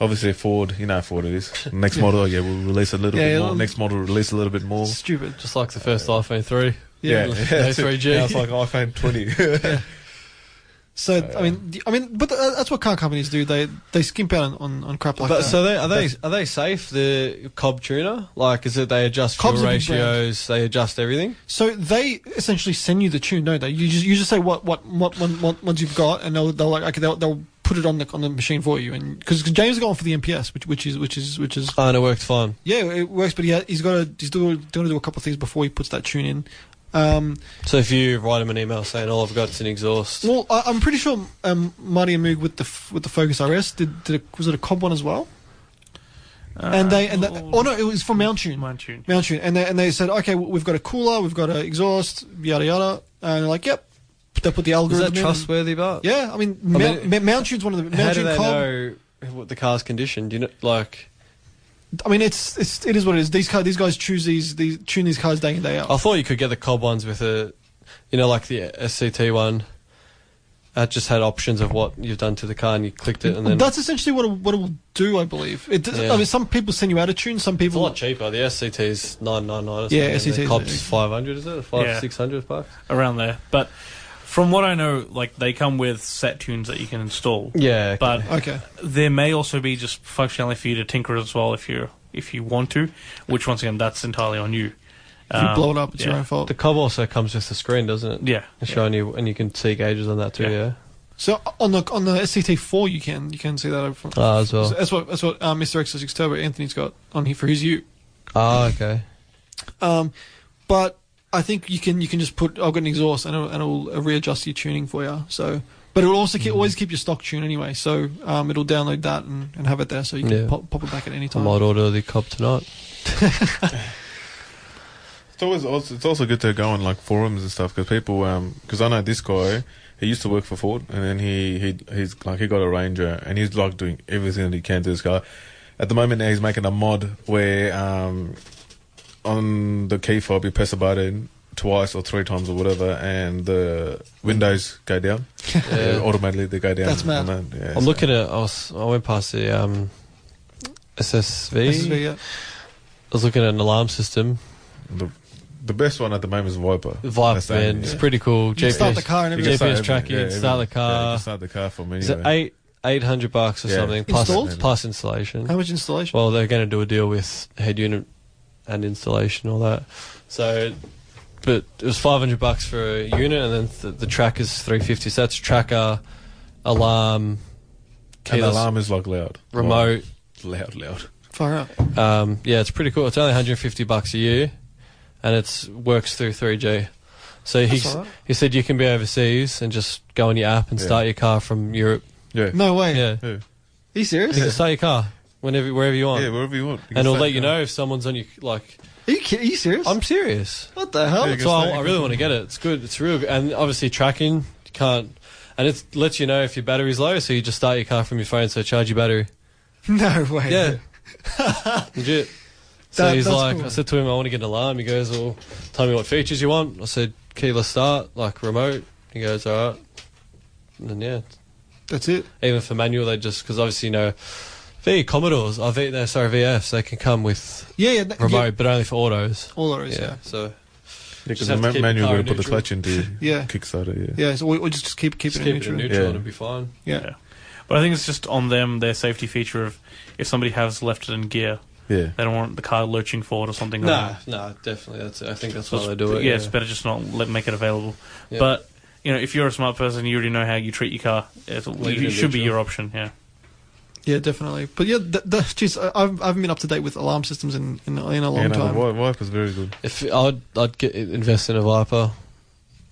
Obviously, Ford, you know how Ford it is. Next model, yeah, we'll release a little
Yeah,
bit
it'll-
more. Next model, release a little bit more.
Stupid.
Just like the first iPhone three.
Yeah,
Yeah.
that's it.
3G.
Now it's like iPhone 20.
So I mean, the- I mean, but th- that's what car companies do. They they skimp out on, on, on crap like
but
that.
so they, are they are they safe? The Cobb tuner, like, is it they adjust
Cobb's
fuel
a big brand.
ratios? They adjust everything.
So they essentially send you the tune, don't they? You just you just say what what what what, what, what you've got, and they'll they'll like okay, they'll, they'll put it on the on the machine for you. And because James is going for the MPS, which which is which is which is
Oh, and it worked fine.
yeah, it works. But he ha- he's got to he's doing going to do a couple of things before he puts that tune in. Um,
So if you write them an email saying all I've got is an exhaust,
well, I, I'm pretty sure um, Marty and Moog with the f- with the Focus RS did, did a, was it a Cobb one as well?
Uh,
and they and the, oh no, it was from Mount Tune.
Mind tune.
Mount Tune, and they, and they said, okay, we've got a cooler, we've got an exhaust, yada yada, and they're like, yep, they put the
is
algorithm.
that
in.
trustworthy? But
Yeah, I mean, Mount,
mean-
Ma- Mount Tune's one of the
how
Mount
do
Tune
they
Cobb.
know what the car's condition. Do you know, like
I mean, it's it's it is what it is. These car, these guys choose these these tune these cars day in day out.
I thought you could get the cob ones with a, you know, like the SCT one. That just had options of what you've done to the car, and you clicked it, and then
That's essentially what it, what it will do, I believe. It,
Yeah.
I mean, some people send you out of tune. Some
It's a
people
lot cheaper. The SCT's nine nine nine.
Yeah, SCT 's
Cops
like-
five hundred. Is it five
Yeah.
six hundred bucks?
around there. But from what I know, like they come with set tunes that you can install.
Yeah,
But
Okay.
there may also be just functionality for you to tinker as well if you if you want to, which once again that's entirely on you.
If
Um,
you blow it up, it's
yeah.
your own fault.
the cob also comes with the screen, doesn't it?
Yeah.
It's showing you, and you can see gauges on that too.
Yeah.
Yeah,
So on the on the SCT4, you can you can see that up front.
Ah, as well.
So that's what that's what uh, Mr. X6 Turbo Anthony's got on here for his U.
Ah, okay.
Um, but I think you can you can just put I've got an exhaust and it'll, and it'll readjust your tuning for you. So, but it'll also
Mm-hmm.
keep, always keep your stock tune anyway. So um, it'll download that and, and have it there so you can
Yeah.
pop, pop it back at any
I
time.
might order the cob tonight.
It's always also, it's also good to go on like forums and stuff because people because I know this guy he used to work for Ford and then he he he's like he got a Ranger and he's like doing everything that he can to this car. At the moment now he's making a mod where um, on the key fob you press a button twice or three times or whatever and the windows go down
Yeah.
automatically they go down.
That's mad.
And that- yeah,
I'm
so-
looking at. I, was, I went past the um, SSV.
SSV, yeah.
I was looking at an alarm system.
The, the best one at the moment is Viper.
Vibe,
That's the-
man, it's pretty cool.
You can
GPS,
start the car and
You
everything.
can
GPS
start every-
tracking.
yeah, every-
start the
yeah, you
car.
can start the car from
is
anywhere.
it eight eight hundred bucks or
Yeah.
something? Plus,
Installed?
plus installation.
How much installation?
Well, they're going to do a deal with head unit and installation, all that. So, but it was five hundred bucks for a unit, and then th- the track is three fifty. So that's tracker, alarm,
And the
keyless
alarm is like loud.
remote.
Loud, loud.
Far out.
Um, yeah, it's pretty cool. It's only one hundred fifty bucks a year, and it's works through three G. So he
That's all right.
he said you can be overseas and just go on your app and
Yeah.
start your car from Europe.
Yeah.
No way.
Yeah,
Yeah.
Are you serious?
you can start your car whenever wherever you want,
Yeah, wherever you want. You can
and it'll
start
let you
your
know if someone's on your like.
Are you, ki- are you serious?
I'm serious.
what the hell?
Yeah, you
So I,
Stay
I really want to get it. It's good. It's real. good. And obviously tracking you can't, and it lets you know if your battery's low. So you just start your car from your phone. So charge your battery.
No way.
Yeah, legit. So
That-
he's
that's
like,
cool.
I said to him, I want to get an alarm. He goes, well, tell me what features you want. I said, keyless start, like remote. He goes, all right. And then, yeah,
That's it.
even for manual, they just because obviously you know, V Commodores, I V, no, sorry, VFs, they can come with
Yeah, yeah. that-
remote,
yeah.
but only for autos.
All there is,
Yeah,
yeah.
so
Yeah,
Just
because
have to keep
the manual
the car
will put the
neutral.
clutch into
Yeah.
Kickstarter. Yeah.
Yeah, so we, we just, just keep, keep
just
it
keep
in
it
neutral.
in neutral
Yeah.
and it'll be fine.
Yeah.
Yeah. But I think it's just on them their safety feature of if somebody has left it in gear,
Yeah.
they don't want the car lurching forward or something. like
Nah,
that.
nah, definitely. That's. I think that's
So
why
it's-
they do it.
Yeah, it's better just not let make it available.
Yeah.
But you know, if you're a smart person, you already know how you treat your car. It's,
Leave
it
it in
should be
neutral.
your option. Yeah.
Yeah, definitely. But yeah, th- th- geez, I, I've, I haven't been up to date with alarm systems in, in, in a long
yeah no,
time.
The wipe, wipe uh, is very good.
If I'd, I'd get invest in a Viper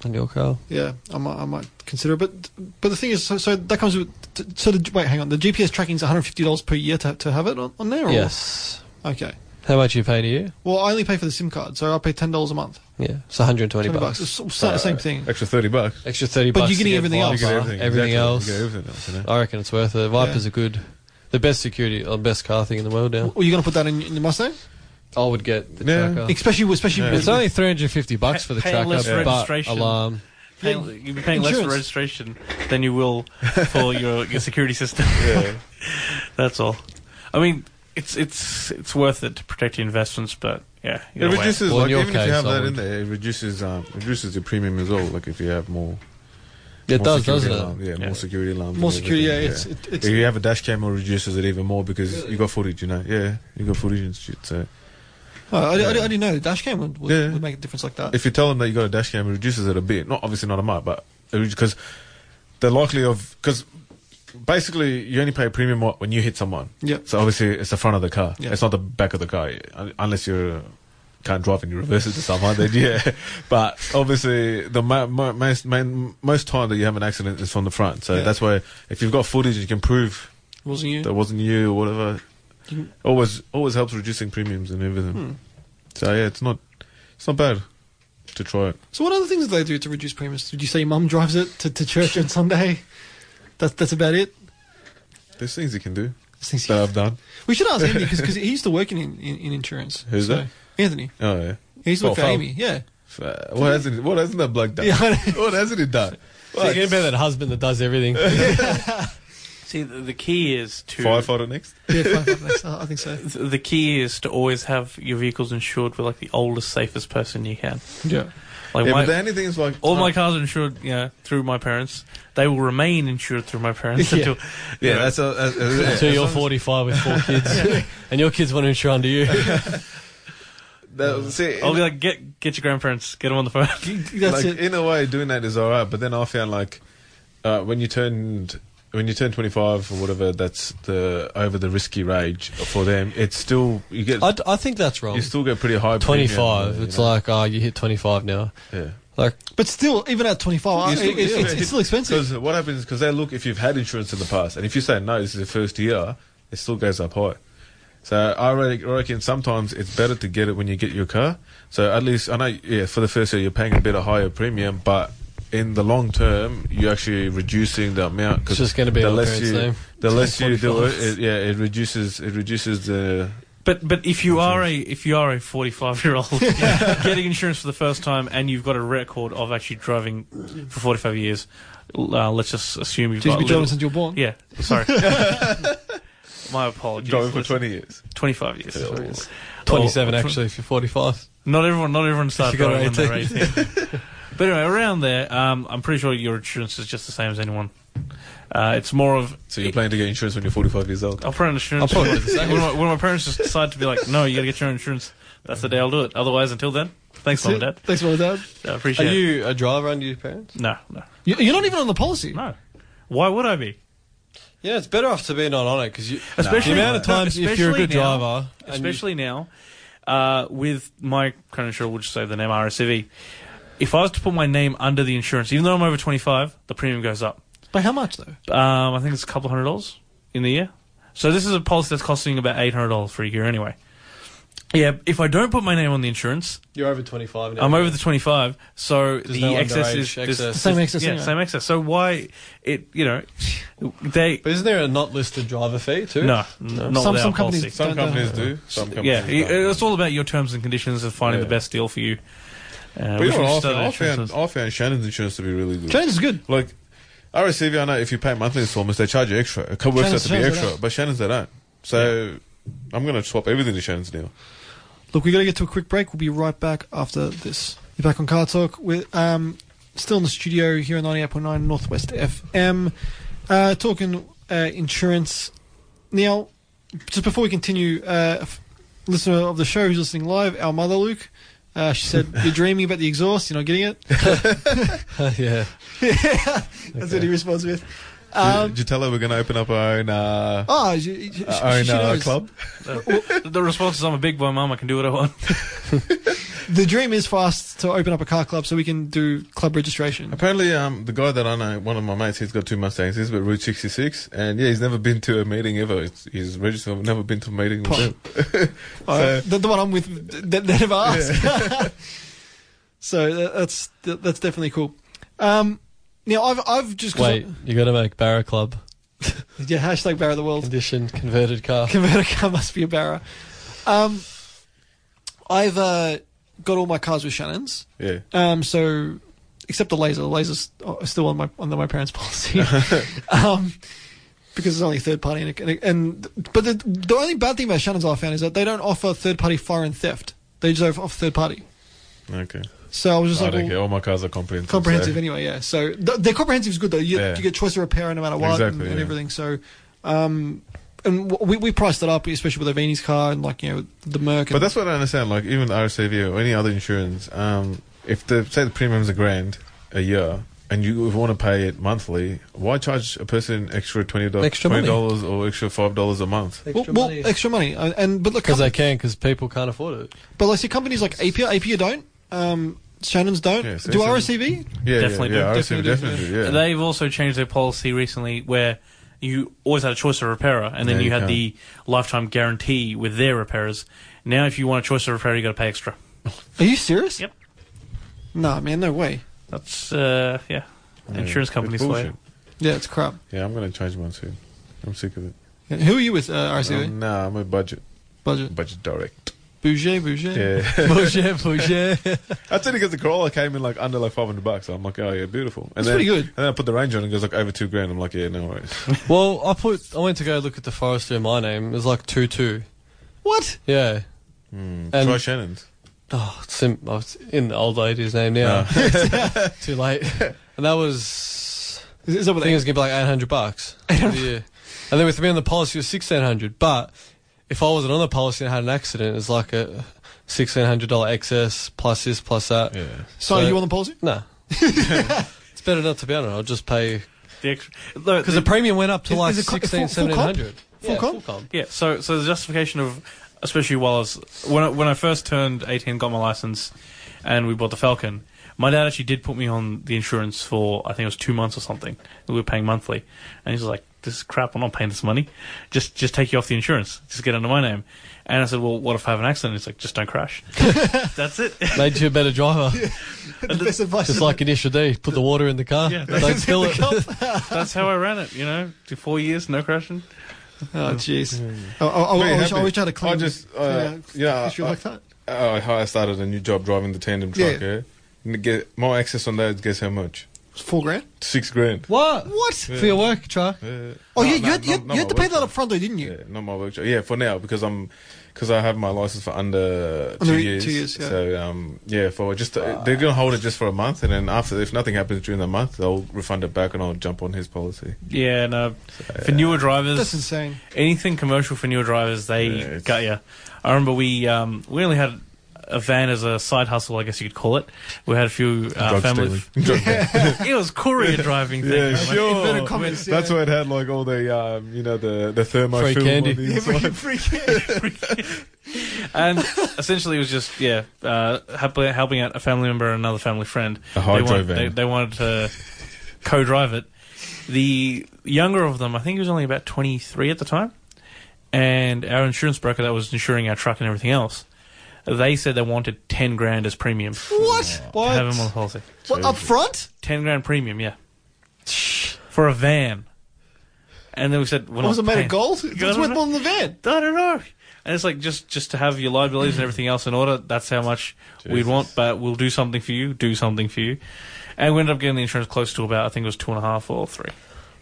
on your car.
Yeah, I might, I might consider it. But but the thing is, so, so that comes with. So the, wait, hang on. The GPS tracking is one hundred fifty dollars per year to, to have it on, on there. Or?
Yes.
Okay.
How much you paying a year?
Well, I only pay for the SIM card, so I pay ten dollars a month.
Yeah, it's 120
Twenty
bucks.
bucks. It's so- same thing.
Extra 30 bucks.
Extra 30
But
bucks.
you're
to
getting
get
everything
Viper,
else.
You get everything.
everything
exactly.
else.
You get everything else. You know?
I reckon it's worth it. Vipers are good. The best security, or best car thing in the world now.
Well, you're gonna put that in, in the Mustang,
I would get the
Yeah.
tracker.
especially with- especially.
Yeah.
with-
It's only 350 bucks for the
Pay-
tracker,
painless
but
registration.
alarm.
Pay, you'll be paying less for
Insurance.
registration than you will for your, your security system.
Yeah.
That's all. I mean, it's it's it's worth it to protect your investments, but yeah,
It
either way.
reduces,
Well, in
like,
your
even if you have
case, I
that in
would-
there, it reduces um, reduces your premium as well. Like, if you have more.
It
more
does,
security
doesn't it?
alarm. Yeah,
Yeah.
more security alarms.
More
and
security, yeah.
everything,
It's it, it's
if you have a dash cam, it reduces it even more because you got footage, you know. Yeah, you got footage and shit. So
Oh, I, I, I didn't know the dash cam would, would,
Yeah.
would make a difference like that.
if you tell them that you got a dash cam, it reduces it a bit. Not obviously not a much, but because the likely of because basically you only pay a premium wh- when you hit someone.
Yeah.
So obviously it's the front of the car.
Yeah.
It's not the back of the car un- unless you're. uh, Can't drive and you reverse it to someone, then yeah. But obviously, the mo- mo- most main, most time that you have an accident is from the front, so
Yeah.
that's why if you've got footage, you can prove
Wasn't you?
that wasn't you or whatever.
You-
Always always helps reducing premiums and everything. So yeah, it's not it's not bad to try it.
So what other things do they do to reduce premiums? Did you say your mum drives it to, to church on Sunday? That's that's about it.
There's things you can do
Things
that
he-
I've done.
We should ask Anthony because he used to work in, in, in insurance.
Who's that?
Anthony.
Oh yeah.
He used to
Oh,
work for
Fal-
Amy. Yeah.
F- uh, What hasn't what hasn't that bloke done?
Yeah, I know.
what hasn't it done?
So you're about that husband that does everything.
See, the, the key is to
Firefighter next.
Yeah, fine, fine, thanks. I I think so.
th- The key is to always have your vehicles insured with like the oldest, safest person you can.
Yeah.
Like
yeah, but
my,
the only thing is like
all my cars are insured, you know, through my parents. They will remain insured through my parents
Yeah.
until
yeah, that's a, a, a, yeah,
Until
as
you're
long as-
45 with four kids, and your kids want to insure under you.
that- see,
I'll be like, get get your grandparents, get them on the phone.
That's
like,
it.
In a way, doing that is alright, but then I found like uh, when you turned when you turn 25 or whatever, that's the over the risky rage for them. It's still you get
I, I think that's wrong.
you still get pretty high. premium,
25.
uh, you
it's
know.
like, oh, you hit 25 now.
yeah.
Like,
But still, even at 25, I-
You
it, it's-
yeah.
it's, it's still expensive.
Because what happens is because they look if you've had insurance in the past, and if you say no, this is the first year, it still goes up high. So I re- reckon sometimes it's better to get it when you get your car. So at least I know, yeah, for the first year you're paying a bit of higher premium, but in the long term you're actually reducing the amount.
It's just gonna be
the
our
less
parents'
you,
name.
the less you do it,
25.
it, yeah, it reduces it reduces the
But but if you are a if you are a forty five year old getting insurance for the first time and you've got a record of actually driving for forty five years, uh, let's just assume you've
Did you
got
be
a little-
driving since you were born?
yeah. Sorry, my apologies.
going for twenty years.
twenty five years.
Yeah.
sorry.
27,
Oh,
actually, if you're 45.
Not everyone not everyone starts
you got
driving when they're
18.
eighteen. but anyway, around there, um, I'm pretty sure your insurance is just the same as anyone. Uh, it's more of
So you're planning to get insurance when you're 45 years old.
I'll put an insurance.
I'll probably do the same.
when, my, when my parents just decide to be like, no, you gotta get your own insurance, that's the day I'll do it. Otherwise, until then, thanks, Mum and Dad.
Thanks, mum and dad.
I appreciate
Are
it.
you a driver under your parents?
No, no.
You- You're not even on the policy.
No. Why would I be?
Yeah, it's better off to be not on it because
Especially-
the amount of
no,
times if you're a
especially
good
now-
driver, and you-
Especially now, uh, with my current insurance, we'll just say the name RSV. If I was to put my name under the insurance, even though I'm over 25, the premium goes up.
By how much, though?
Um, I think it's a couple hundred dollars in the year. So this is a policy that's costing about $800 for a year anyway. Yeah, if I don't put my name on the insurance,
you're over 25 now.
I'm over the 25, so the
no
excess
underage
is there's-
excess.
Same excess,
Yeah,
yeah.
same excess. So why it? You know, they
But isn't there a not listed driver fee too?
no, no not
Some-
without
some companies-
policy.
Some
Don't know.
companies do. Some companies
Yeah,
don't.
it- it's all about your terms and conditions of finding
Yeah.
the best deal for you. Uh,
But you
which
know
we
what, I
started
found, I,
insurance
found, I found Shannon's insurance to be really good.
Change is good.
Like, RSCV, I know if you pay monthly installments, they charge you extra. It co- works out
Shannon's-
to be
Shannon's
extra,
they don't.
but Shannon's they don't. So, I'm going to swap everything to Shannon's now.
Look, we got to get to a quick break. We'll be right back after this. You're back on Car Talk. We're um, still in the studio here on 98.9 Northwest FM, uh, talking uh, insurance. Now, just before we continue, uh, f- listener of the show who's listening live, our mother, Luke, uh, she said, You're dreaming about the exhaust, you're not getting it.
yeah.
That's what he responds with.
Um,
Um,
did you tell her we're going to open up our own, uh,
oh, she, she,
our own
she
uh,
knows.
club?
is. the response is, "I'm a big boy, mum. I can do what I want."
The dream is for us to open up a car club so we can do club registration.
Apparently, um, the guy that I know, one of my mates, he's got two Mustangs. He's about Route 66, and yeah, he's never been to a meeting ever. It's, he's registered, never been to a meeting with
Pop.
them.
Uh, the, the one I'm with, th- th- that have asked. so tha- that's tha- that's definitely cool. Um, now I've I've just 'cause
Wait, you got to make Barra Club
I- yeah, hashtag Barra the world.
condition converted car.
Converter car must be a Barra. Um, I've uh, got all my cars with Shannon's.
Yeah.
Um, so except the laser, the laser's uh, still on my under my parents' policy. um, because it's only third party, and, and, and but the, the only bad thing about Shannon's I found is that they don't offer third party fire and theft. They just offer third party.
Okay.
So I was just
I
like,
don't
well,
care. All my cars are comprehensive. so-
comprehensive anyway. Yeah. So th- their comprehensive is good though. You,
Yeah.
you get choice of repair no matter what
Exactly,
and, and
yeah.
everything. So, um, and w- we we priced it up, especially with Avini's car and like you know the Merc. And,
But that's what I understand. Like even RSAV or any other insurance, um, if the say the premium's a grand a year and you want to pay it monthly, why charge a person extra twenty dollars,
Extra
twenty
money.
dollars, or extra five dollars a month?
well, well, extra money. And, and but look,
Because they
com-
can, because people can't afford it.
but like see companies like Apia, Apia don't. Um, Shannon's don't.
Yeah, so
do E
it's a-
RSCV?
Yeah,
Definitely
yeah, yeah, RSAV,
do,
definitely do,
definitely, do, yeah.
They've also changed their policy recently, where you always had a choice of repairer, and then
Yeah,
you
you
had
can.
the lifetime guarantee with their repairers. Now, if you want a choice of repairer, you got to pay extra.
Are you serious?
Yep.
Nah, man, no way.
That's uh, yeah,
Yeah,
insurance
it's
companies for you.
bullshit.
Yeah, it's crap.
Yeah, I'm gonna change mine soon. I'm sick of it.
Who are you with, uh,
No,
RCV?
nah, I'm a budget.
Budget.
Budget direct.
Bouger, Bouger.
Yeah.
Bouger, Bouger.
That's it because the Corolla came in like under like 500 bucks. I'm like, oh yeah, beautiful. And
That's
then,
pretty good.
And then I put the range on and it goes like over two grand. I'm like, yeah, no worries.
well, I put. I went to go look at the Forester in my name. It was like two two.
What?
Yeah.
Mm.
And-
Try Shannon's.
Oh, it's in, oh, it's in the old lady's name now. Too late. And that was.
Ah. Is, is that
I
what
think it
they
was gonna be like eight hundred bucks. yeah. And then with me on the policy, it was sixteen hundred. But if I wasn't on the policy and I had an accident, it's like a sixteen hundred dollar excess plus this plus that.
Yeah.
So,
so-
you on the policy?
No. it's better not to be on it. I'll just pay
The extra, no,
because
the-
the premium went up to
Is-
like
is it co- full- full
sixteen,
comp?
seventeen hundred.
Full
yeah,
comp?
Full comp.
Yeah, so so the justification of, especially while I was when I, when I first turned eighteen, got my license, and we bought the Falcon. My dad actually did put me on the insurance for I think it was two months or something. We were paying monthly, and he's like, "This is crap. I'm not paying this money. Just just take you off the insurance. Just get under my name." And I said, "Well, what if I have an accident?" He's like, "Just don't crash." That's it.
Made you a better driver.
the best advice.
Just like initial D, put the water in the car.
Yeah,
don't spill it.
That's how I ran it. You know, to four years, no crashing.
Oh, jeez. Oh, oh, oh,
Very
I, wish,
happy.
I wish I had a clean.
I just, uh,
clean,
yeah,
history
I-
like that.
Oh, how I started a new job driving the tandem truck.
Yeah.
Yeah. And get more access on that. Guess how much?
It's four grand.
Six grand.
What?
What?
For your work truck?
Yeah.
Oh,
No,
yeah, you
no,
had, you
not-
had,
not
you had
my
to pay
work
that
job.
up front, though, didn't you?
Yeah, not my workshop. Yeah, for now because I'm because I have my license for under two
Under
years.
two years, yeah.
So um, yeah, for just they're gonna hold it just for a month, and then after if nothing happens during the month, they'll refund it back, and I'll jump on his policy.
Yeah, no. For newer drivers,
That's insane.
anything commercial for newer drivers, they
Yeah, it's-
gut you. I remember we um, we only had a van as a side hustle, I guess you could call it. We had a few uh,
Drug
family.
stealing. Drug
it was courier driving thing.
Yeah,
Like,
sure.
inverted
Inverted
commas.
commas,
That's
yeah.
why it had like all the um, you know the the thermo
Free
film on
candy.
the
Yeah,
inside.
freaking freaking-
and essentially, it was just yeah, uh, help- helping out a family member and another family friend.
A hydro
they, wanted,
van.
they, they wanted to co-drive it. The younger of them, I think he was only about twenty three at the time, and our insurance broker that was insuring our truck and everything else, they said they wanted ten grand as premium.
What?
To
What?
have him on the policy.
What, up front?
Ten grand premium, yeah, for a van. And then we said, We're
What was it
not
made
paying.
of gold? It's
don't
worth more than
know.
the van.
I don't know. And it's like just just to have your liabilities and everything else in order. That's how much we'd
Jesus.
want. But we'll do something for you. Do something for you. And we ended up getting the insurance close to about I think it was two and a half or three.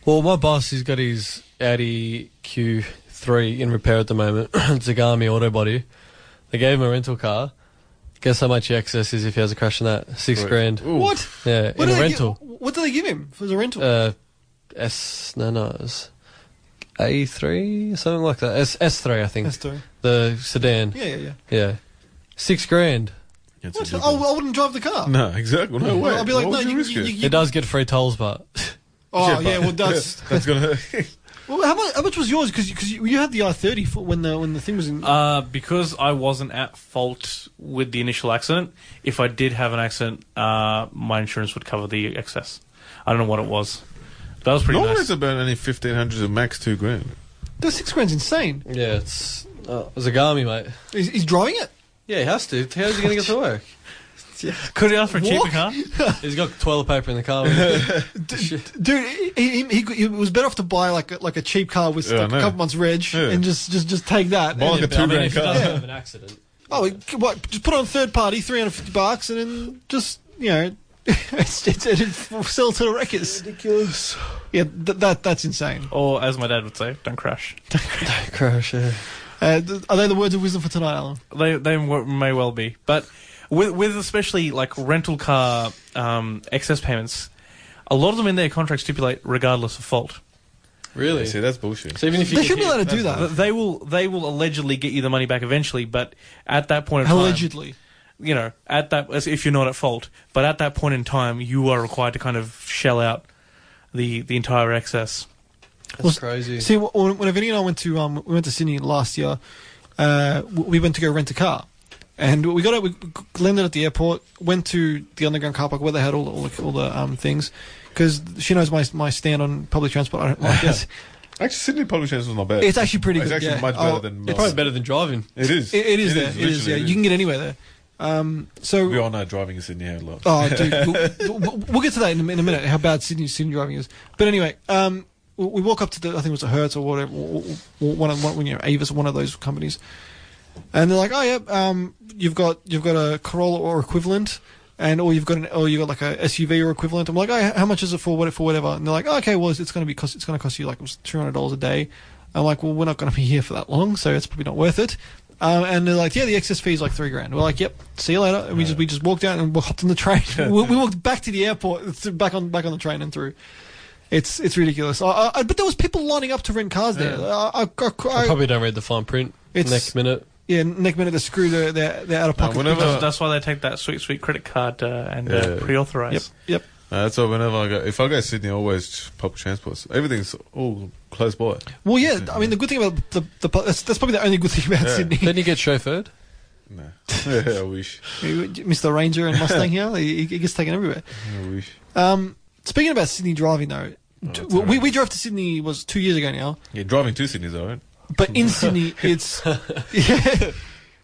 Well, my boss, he's got his Audi Q3 in repair at the moment. it's a Garmin auto body. They gave him a rental car. Guess how much he access is if he has a crash in that? Six
Right.
grand.
Ooh.
What? What
Yeah, in
did
a
they
rental.
Give, what did they give him for the rental?
Uh, S, no, no, it's A3, something like that. S, S3, I think.
That's the-
the sedan.
Yeah, yeah, yeah.
Yeah. Six grand.
It's
What?
ridiculous.
Oh, I wouldn't drive the car.
no, exactly. No way.
I'd be like,
Why
no,
would
you,
risk
you,
it?
you,
It does get free tolls, but
Oh,
but-
yeah, well, that's.
that's gonna.
Well, how much, how much was yours? Because you, you had the i30 for when the when the thing was in.
Uh, because I wasn't at fault with the initial accident. If I did have an accident, uh, my insurance would cover the excess. I don't know what it was. That was pretty
Normally
nice.
it's about only fifteen hundred or max two grand.
that six grand's insane.
yeah, it's uh, Zagami, mate.
He's, he's driving it.
Yeah, he has to. How's he going to get to work?
Could he ask for a cheaper
What?
car?
He's got toilet paper in the car. with him.
Dude, he, he, he, he was better off to buy like a, like a cheap car with
Yeah, I
like a
know.
couple months reg
Yeah.
and just, just just take that.
Buy
And-
like a
But, I
two
mean,
grand
if he
car.
does have an accident.
oh, what? Just put on third party, three hundred fifty bucks, and then just you know, it's, it's, it sell to the wreckers.
Ridiculous.
Yeah, th- that that's insane.
Or as my dad would say, don't crash.
Crash, yeah.
Uh, th- are they the words of wisdom for tonight, Alan?
They they w- may well be, but with with especially like rental car um, excess payments, a lot of them in their contract stipulate regardless of fault.
Really?
See, that's bullshit.
So even if you
They
get
should be
hit-
allowed to do
Th-
that.
They will they will allegedly get you the money back eventually, but at that point in time,
Allegedly,
you know, at that as if you're not at fault, but at that point in time, you are required to kind of shell out the the entire excess.
That's crazy.
See, wh- when, when Vinny and I went to um, we went to Sydney last year, uh, w- we went to go rent a car, and we got it. We landed at the airport, went to the underground car park where they had all the, all the, all the um, things, because she knows my my stand on public transport. I don't like it.
Actually, Sydney public transport is not bad.
It's actually pretty
It's
good.
actually
yeah.
much better
Oh,
than
it's-
most.
Probably better than driving.
It is.
It, it is there. it is.
literally,
Yeah, you can get anywhere there. Um, so
We all know driving in Sydney how long.
Oh, dude, we'll, we'll- we'll get to that in a, in a minute. How bad Sydney Sydney driving is. But anyway, um, we we walk up to the, I think it was a Hertz or whatever, or- or one of one, you know, Avis, one of those companies, and they're like, oh yeah, um, you've got you've got a Corolla or equivalent, and or you've got an or you got like a SUV or equivalent. I'm like, oh, how much is it for what for whatever? And they're like, oh, okay, well it's, it's going to be cost, it's going to cost you like two hundred dollars a day. I'm like, well, we're not going to be here for that long, so it's probably not worth it. Um, and they're like, yeah, the excess fee is like three grand. We're like, yep, see you later. And we just we just walked out and we hopped on the train. we, we walked back to the airport, th- back on back on the train and through. It's it's ridiculous. I, I, but there was people lining up to rent cars there. I, I, I,
I probably don't read the fine print.
It's-
Next minute.
yeah, next minute they screw their their, their out of pocket.
whenever-
That's, that's why they take that sweet, sweet credit card uh, and uh,
Yeah.
pre-authorize.
Yep, yep.
Uh, that's why whenever I go, if I go to Sydney, I always public transport. Everything's all close by.
Well, yeah. I mean, the good thing about the the pu- that's, that's probably the only good thing about
Yeah.
Sydney.
Then you get chauffeured.
No, yeah, I wish.
Mr. Ranger and Mustang here, he, he gets taken everywhere.
I wish.
Um, speaking about Sydney driving though, d-
that's
we,
alright.
we drove to Sydney was two years ago now,
Yeah, driving to Sydney's alright.
but in Sydney it's yeah,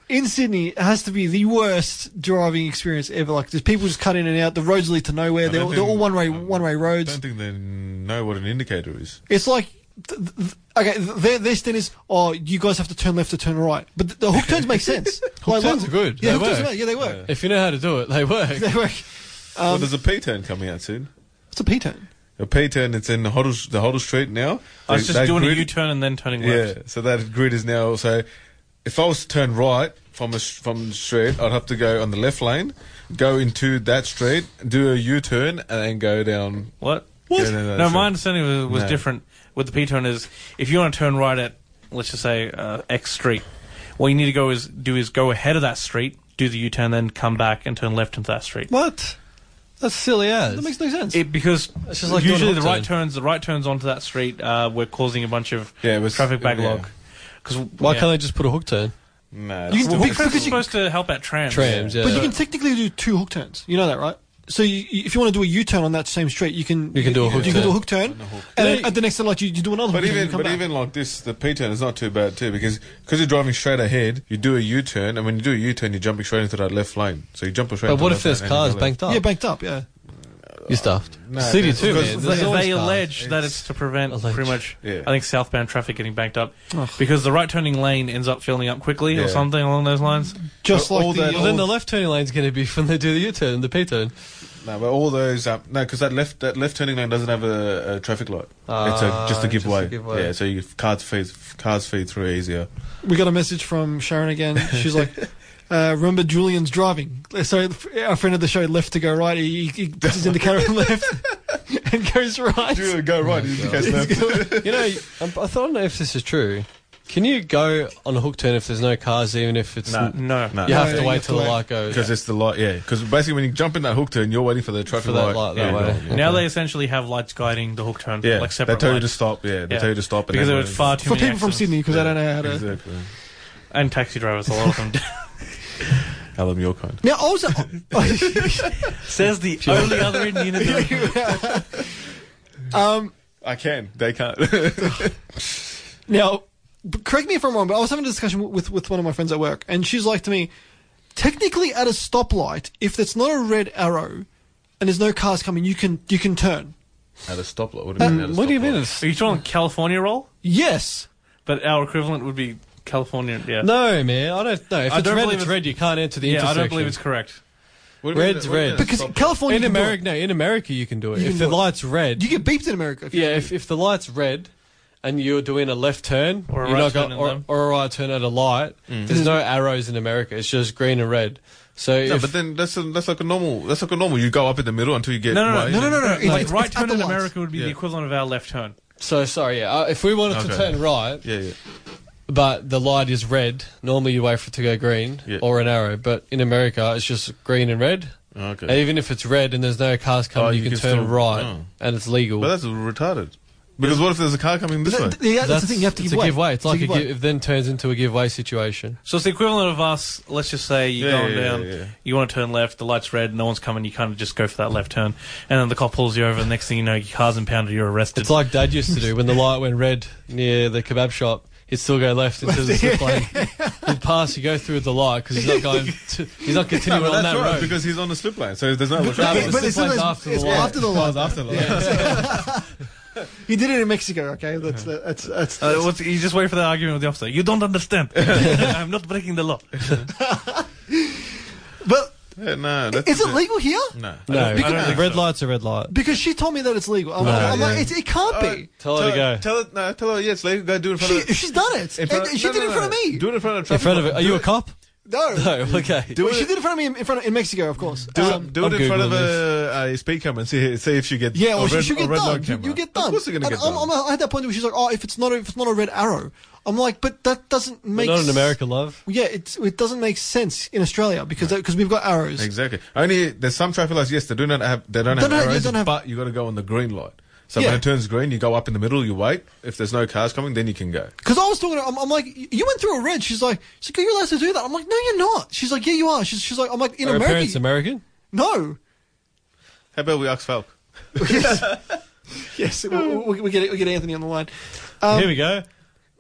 in Sydney it has to be the worst driving experience ever. Like there's people just cut in and out. The roads lead to nowhere.
I
They're,
don't
they're all
think-
one way
um,
one way
I
roads.
don't think they know what an indicator is.
It's like, th- th- okay, th- their their stint is, oh, you guys have to turn left to turn right, but th- the hook turns make sense. hook
turns are good.
Yeah,
They
hook turns are
work.
good. Yeah, they work.
If you know how to do it, they work.
They work. Um,
well, there's a P turn coming out soon.
It's a P turn.
A P turn. It's in the Hoddle, the Hoddle Street now.
I was
They-
just
they
doing
grid-
a U-turn and then turning
Yeah,
left.
so that grid is now so. If I was to turn right from a, s- from the street, I'd have to go on the left lane, go into that street, do a U-turn, and then go down.
What?
What?
Yeah,
No,
no, no,
no,
my
sure.
understanding was, was
No.
different. With the P-turn is, if you want to turn right at, let's just say, uh, X street, what you need to go is do is go ahead of that street, do the U-turn, then come back and turn left into that street.
What? That's silly as.
That makes no sense.
It, because
It's just like doing
usually
a
the
hook
right
turn.
turns, the right turns onto that street, uh, we're causing a bunch of
Yeah, it was-
traffic
yeah.
backlog. Because
Why can't they just put a hook turn?
No,
You can-
Well,
Well,
hook turns are
because you-
supposed to help out trams.
Trams, yeah.
but you can technically do two hook turns. You know that, right? So you, you- if you want to do a U-turn on that same street, you can
You can do a hook
you can
turn.
do a hook turn, and, then at the next light you, you do another.
But
hook turn and
even
you come
but
back.
even like this, the P turn is not too bad too because because you're driving straight ahead, you do a U turn, and when you do a U turn, you're jumping straight into that left lane. So you jump straight.
But
into
what
the
if
left
there's
lane and you
cars
go
banked up?
yeah, banked up. Yeah,
You're stuffed.
No,
City
it's
too,
because-
man.
it's
There's
They,
always
they
cars.
allege that
It's
it's to prevent
alleged.
pretty much,
Yeah.
I think, southbound traffic getting banked up
Ugh.
because the right turning lane ends up filling up quickly
Yeah.
or something along those lines.
just
But all
like the, um,
that-
Well, then the left turning lane's going to be when they do the U turn and the P turn.
left. No, but all those um, no, because that left that left turning lane doesn't have a, a traffic light. it's a,
Ah,
just
just
a
a
giveaway.
giveaway.
Yeah, so you cars feed cars feed through easier.
we got a message from Sharon again. She's like, uh, "Remember Julian's driving." So our friend of the show left to go right. He, he puts his indicator on left and goes right.
You go right, you just go left.
You know, I'm, I don't know if this is true. Can you go on a hook turn if there's no cars, even if it's.
No.
No.
No.
You
No,
have
yeah,
to
you
wait
have
till
to
the
wait.
light goes.
Because it's the light, yeah. Because basically, when you jump in that hook turn, you're waiting for the traffic
For that
light.
light
yeah,
that way.
yeah.
Now they essentially have lights guiding the hook turn,
Yeah,
like
they
separate
tell you to
lights.
stop. Yeah, they
Yeah.
tell you to stop. and
because there
then-
were far too
For
many
people from
accidents.
Sydney, because I don't know how to.
Exactly.
and taxi drivers, a lot of them. do.
Tell them your kind.
Now, also,
Says the only other Indian in the
um,
I can. They can't.
now, but correct me if I'm wrong, but I was having a discussion with with one of my friends at work, and she's like to me, technically, at a stoplight, if it's not a red arrow, and there's no cars coming, you can you can turn.
At a stoplight. What do you mean? Mm.
Um,
at a
what do you
stoplight?
mean?
Are you talking California roll?
Yes.
But our equivalent would be California. Yeah.
No, man. I don't know. If
I
it's
don't
red,
believe
it's
it's-
red. You can't enter the
yeah, I
intersection.
don't believe it's correct.
What do you mean-
Red's
what do you mean
red.
at a
Because
stoplight?
California
In
you can do it.
America, no, in America you can do it.
You
if
can
the
do it.
light's red,
You get beeped in America. If you
yeah. If, if the light's red, and you're doing a left turn
Or a
you're
right
not go-
turn in
or,
them.
or a right turn at a light, there's no arrows in America. It's just green and red. So
No,
if,
but then that's a, that's like a normal. That's like a normal. You go up in the middle until you get.
No, no, no,
right.
No, no, no, no.
like
it's,
right
it's at
turn
the
in
lights.
America would be
Yeah.
the equivalent of our left turn.
so sorry. Yeah, uh, if we wanted to
Okay.
turn right,
Yeah, yeah.
but the light is red, normally you wait for it to go green
Yeah.
or an arrow. But in America, it's just green and red.
Okay.
And even if it's red and there's no cars coming,
Oh,
you,
you
can,
can
turn
still-
right,
oh.
and it's legal.
But that's retarded. Because what if there's a car coming this way?
Th- th- yeah, that's, the thing. You have to
it's
give way.
a giveaway. It's like
give
a give, it then turns into a giveaway situation.
So it's the equivalent of us. Let's just say you're
Yeah,
going
yeah,
down.
yeah, yeah.
You want to turn left. The light's red. No one's coming. You kind of just go for that left turn, and then the cop pulls you over. The next thing you know, your car's impounded. You're arrested.
It's like Dad used to do when the light went red near the kebab shop. He'd still go left instead of the slip lane. He'd pass, you go through the light because he's not going. To, he's not
No,
continuing
but
on
that's
that
right
road.
because he's on the slip lane, so there's no.
That was
But
the
it's
slip lane's
always-
after the
it's
light.
after the light.
after
Yeah.
He did it in Mexico. Okay, that's that's that's.
Uh,
that's-
what's, you just wait for the argument with the officer. You don't understand. I'm not breaking the law.
but
Yeah, no, that's Mm.
is it legal here?
No.
No,
I don't
the
think
red
so.
light's a red light.
Because she told me that it's legal. I'm,
No,
like, I'm
yeah.
like, it, it can't be.
Tell her to go.
Uh, Tell her, no, tell her, yes, lady, go do it in front
She,
of the-
she's done it.
in front
And she
no,
did
no,
it in front
no.
of me.
Do it in front of the
In
traffic
front of it. Are you a cop?
no.
No, okay.
Do
Well, she
it-
did it in front of me in, in front of, in Mexico, of course.
Do it,
Um,
do
I'm
it in front of
Googling
a, a speed camera and see, see if you get
Yeah,
a
well, she
red-
should
a
get
red light
done. You,
camera.
you get done.
Of course, you're gonna
And
get
I'm,
done.
I'm, I had that point where she's like, "Oh, if it's not a, if it's not a red arrow," I'm like, "But that doesn't
We're
make
not in
s-
America, love.
Yeah, it's, it doesn't make sense in Australia because because we've got arrows.
Exactly. Only there's some traffic lights. Yes, they do not have. They don't have
Don't have- they
arrows,
don't have-
but you got to go on the green light. So
Yeah.
when it turns green, you go up in the middle. You wait. If there's no cars coming, then you can go.
Because I was talking, to her, I'm, I'm like, "Y- "You went through a red." She's like, "She's like, are you allowed to do that?" I'm like, "No, you're not." She's like, "Yeah, you are." She's, she's like, "I'm like in
Are her
America."
parents American?
no.
How about we ask Falk?
yes. Yes, we, we, we get we get Anthony on the line. Um,
Here we go.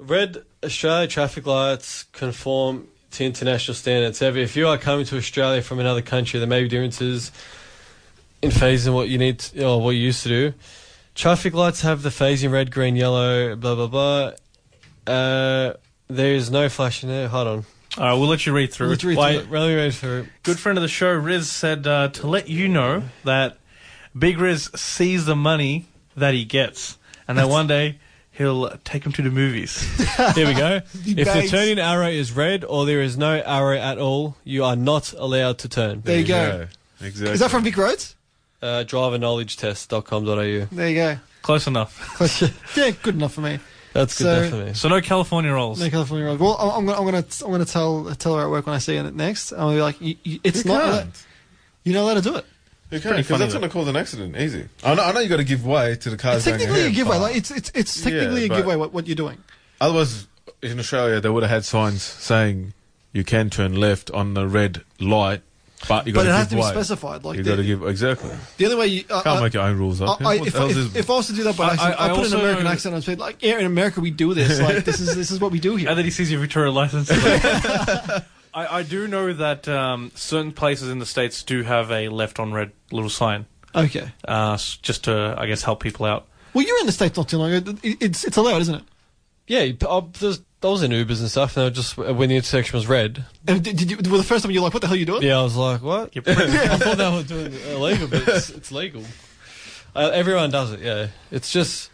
Red Australia traffic lights conform to international standards. However, if you are coming to Australia from another country, there may be differences in phasing what you need to, or what you used to do. Traffic lights have the phasing red, green, yellow, blah blah blah. Uh, there is no flashing there. Hold on.
All right, we'll let you read through.
Let's read
Why-
through it.
Let me read through.
Good friend of the show, Riz, said uh, to let you know that Big Riz sees the money that he gets, and that one day he'll take him to the movies.
Here we go. if the
Debates.
turning arrow is red or there is no arrow at all, you are not allowed to turn.
There you go.
Exactly.
Is that from Vic Roads?
Uh, driverknowledgetest.com.au.
There you go.
Close enough.
yeah, good enough for me.
That's good
So-
enough for me.
So no California rolls.
No California Road. Well, I'm, I'm gonna, I'm gonna, I'm gonna tell tell her at work when I see her next. I'm gonna be like, you, you, "It's
You
not,
can't.
you're not allowed to do it."
You
pretty
can't because
funny,
that's
though.
going to cause an accident. Easy. I know. I know you got to give way to the cars.
It's technically a
going ahead,
giveaway.
but
Like it's, it's, it's technically
Yeah,
a
but-
giveaway. What, what you're doing?
Otherwise, in Australia, they would have had signs saying you can turn left on the red light, but you got
But
to
it
give
has to be
way.
specified. Like
You
the,
got to give exactly.
the only way you I-
Can't
I-
make your own rules up.
I, I,
What
if,
the hell's
if,
this-
if I was to do that by accident,
I-
I,
I
put
also-
an American accent on it. Like, yeah, in America we do this. Like, this is this is what we do
And
here.
then he sees your Victoria license. I, I do know that um, certain places in the states do have a left on red little sign,
Okay.
uh, s- just to I guess help people out.
Well, you were in the states not too long ago. It- It's it's allowed, isn't it?
Yeah, you- I, there's, I was in Ubers and stuff, and they were just uh, when the intersection was red.
And did, did you, well, the first time you're like, "What the hell are you doing?"
Yeah, I was like, what?
You're pretty-
I thought they were doing it illegal, but it's, it's legal. Uh, everyone does it. Yeah, it's just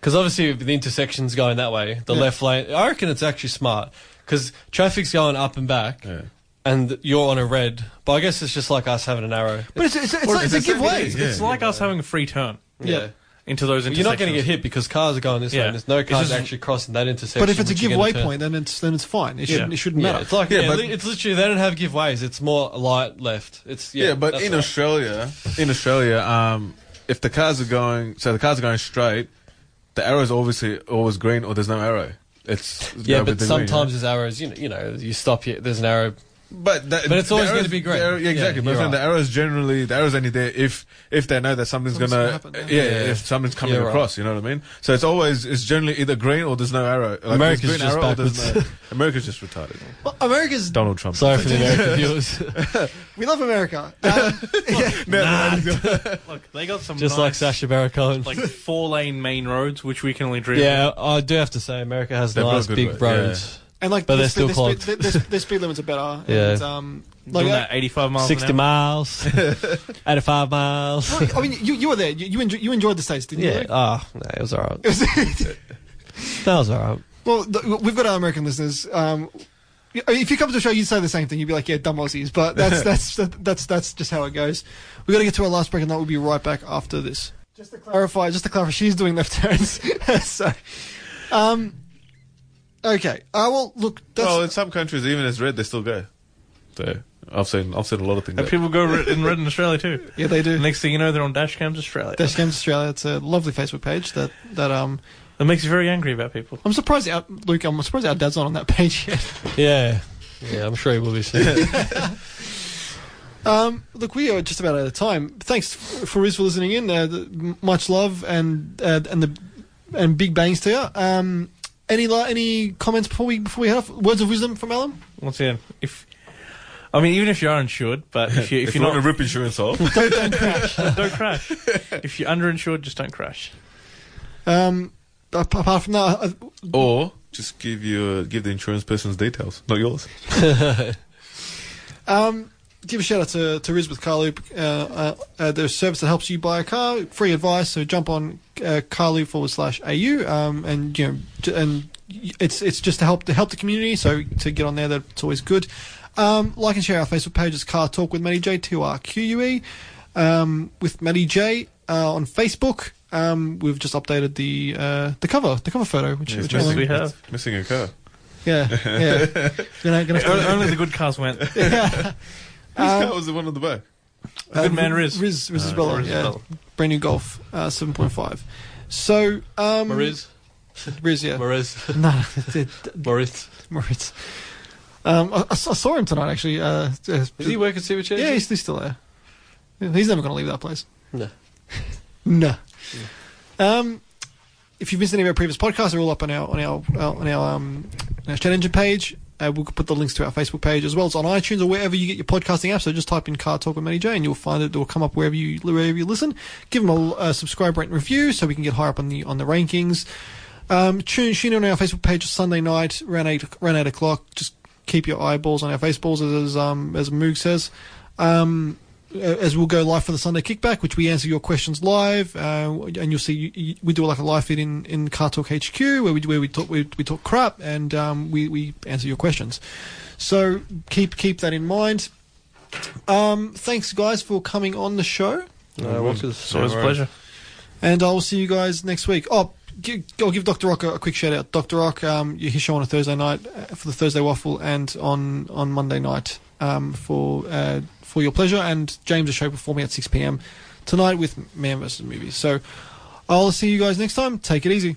because obviously if the intersection's going that way, the
Yeah.
left lane. I reckon it's actually smart because traffic's going up and back,
Yeah.
and you're on a red. But I guess it's just like us having an arrow.
But it's it's, it's, like, it's
it's
a
the same
giveaway.
thing.
It's
Yeah.
like us having a free turn
Yeah.
into those
You're
intersections.
not going to get hit because cars are going this way.
Yeah.
And there's no
It's
cars
just-
actually crossing that intersection.
But if it's a
which you're
giveaway
gonna turn.
point, then it's then it's fine. It shouldn't
Yeah.
it shouldn't
Yeah,
matter.
it's like
Yeah,
yeah,
but-
li- it's literally they don't have giveaways. It's more light left. It's yeah,
Yeah, but
that's
in
right.
Australia, in Australia, um, if the cars are going, so the cars are going straight, the arrow's obviously always green, or there's no arrow. It's
Yeah,
go
but
with the
sometimes
green,
there's arrows. You know, you know, you stop. You, there's an arrow.
yeah. but that,
but it's
the
always gonna
arrows-
be green.
the arrow- yeah,
Yeah,
exactly. but
you're
I'm saying
right.
the arrows generally, the arrows only there if if they know that something's,
Something's
gonna,
gonna happen,
yeah,
yeah.
Yeah.
if something's coming
You're right.
across. You know what I mean? So it's always it's generally either green or there's no arrow. Like, there's
America's
green
just
arrow or there's
backwards.
no- America's just retarded.
Well, America's
Donald Trump.
Sorry for the American viewers.
we love America. Um, yeah.
Look, they got some
Just
nice,
like Sasha Baron Cohen.
like four lane main roads, which we can only dream. of.
yeah, I do have to say America has
They've got
nice
good
big
roads,
roads.
and like,
But
the
they're
speed-
still
the speed- the- the- the speed limits are better.
Yeah.
And, um, like,
doing
I-
that 85 miles. an
60
hour.
uh, miles, 85 miles.
I mean, you, you were there. You you, enjo- you enjoyed the states, didn't
Yeah,
you?
ah, no, it was alright.
Yeah.
That was alright.
well, th- we've got our American listeners. Um, I mean, if you come to the show, you'd say the same thing. You'd be like, "Yeah, dumb Aussies," but that's that's that's that's just how it goes. We got to get to our last break, and that will be right back after this. Just to clarify, just to clarify, she's doing left turns. so, um, okay. Uh, well, look, that's
well, in some countries, even as red, they still go. So I've seen I've seen a lot of things.
And
that-
people go re- in red in Australia too.
yeah, they do.
Next thing you know, they're on dash cams Australia.
Dash Games Australia. It's a lovely Facebook page that that um.
That makes you very angry about people.
I'm surprised, our, Luke. I'm surprised our dad's not on that page yet.
Yeah, yeah, I'm sure it will be soon.
Um, look, we are just about out of time. Thanks f- for Riz for listening in. Uh, th- m- much love and uh, and the and big bangs to you. Um, any la- any comments before we before we head off? Words of wisdom from Alan.
Once again, if I mean, even if you are insured, but if you if,
if you
you're
want to
not,
rip insurance off,
don't crash. If you're underinsured, just don't crash.
Um, ap- apart from that, I,
Or just give your give the insurance person's details, not yours.
Um, give a shout out to, to Riz with Carloop. Uh, uh, uh, their service that helps you buy a car, free advice. So jump on uh, Carloop forward slash AU, um, and you know, j- and y- it's it's just to help to help the community. So to get on there, that's always good. Um, like and share our Facebook page is Car Talk with Matty J T R Q U E um, with Matty J uh, on Facebook. Um, we've just updated the uh, the cover the cover photo, which,
It's
which
Yes,
I
missing.
like.
we have.
it's missing a car.
yeah yeah. gonna, gonna
only, only the good cars went.
yeah.
Whose
Um,
car was the one on the back?
The good man
Uh,
Riz.
Riz, Riz is
Uh,
well,
Riz is
yeah.
well.
Brand new Golf, uh, 7.5. So, um,
Mariz,
Riz, yeah.
Mariz,
No, it- it-
Moritz.
Mariz. Um, I, I s- I saw him tonight, actually. Uh, is
Does he work at Super Change?
Yeah, he's, he's still there. Yeah, He's never going to leave that place.
No.
No. Um, if you've missed any of our previous podcasts, they're all up on our on our uh, on our, um, our Chat Engine page. Uh, we'll put the links to our Facebook page as well. It's on iTunes or wherever you get your podcasting app. So just type in "Car Talk with Matty J" and you'll find it. It will come up wherever you wherever you listen. Give them a l- uh, subscribe, rate, and review so we can get higher up on the on the rankings. Um, tune, tune in on our Facebook page Sunday night around eight around eight o'clock. Just keep your eyeballs on our faceballs, as um, as Moog says. Um, uh, as we'll go live for the Sunday kickback, which we answer your questions live, uh, and you'll see you, you, we do like a live feed in in Car Talk HQ where we where we talk we, we talk crap and um, we we answer your questions. So keep keep that in mind. Um, thanks guys for coming on the show,
No, what's his-
So it was a pleasure.
and I'll see you guys next week. Oh. gi- I'll give Dr. Rock a, a quick shout out. Dr. Rock, um, you- his show on a Thursday night uh, for the Thursday Waffle and on, on Monday night um, for uh, for your pleasure. And James' show performing at 6 p.m. tonight with Man vs. Movie. So I'll see you guys next time. Take it easy.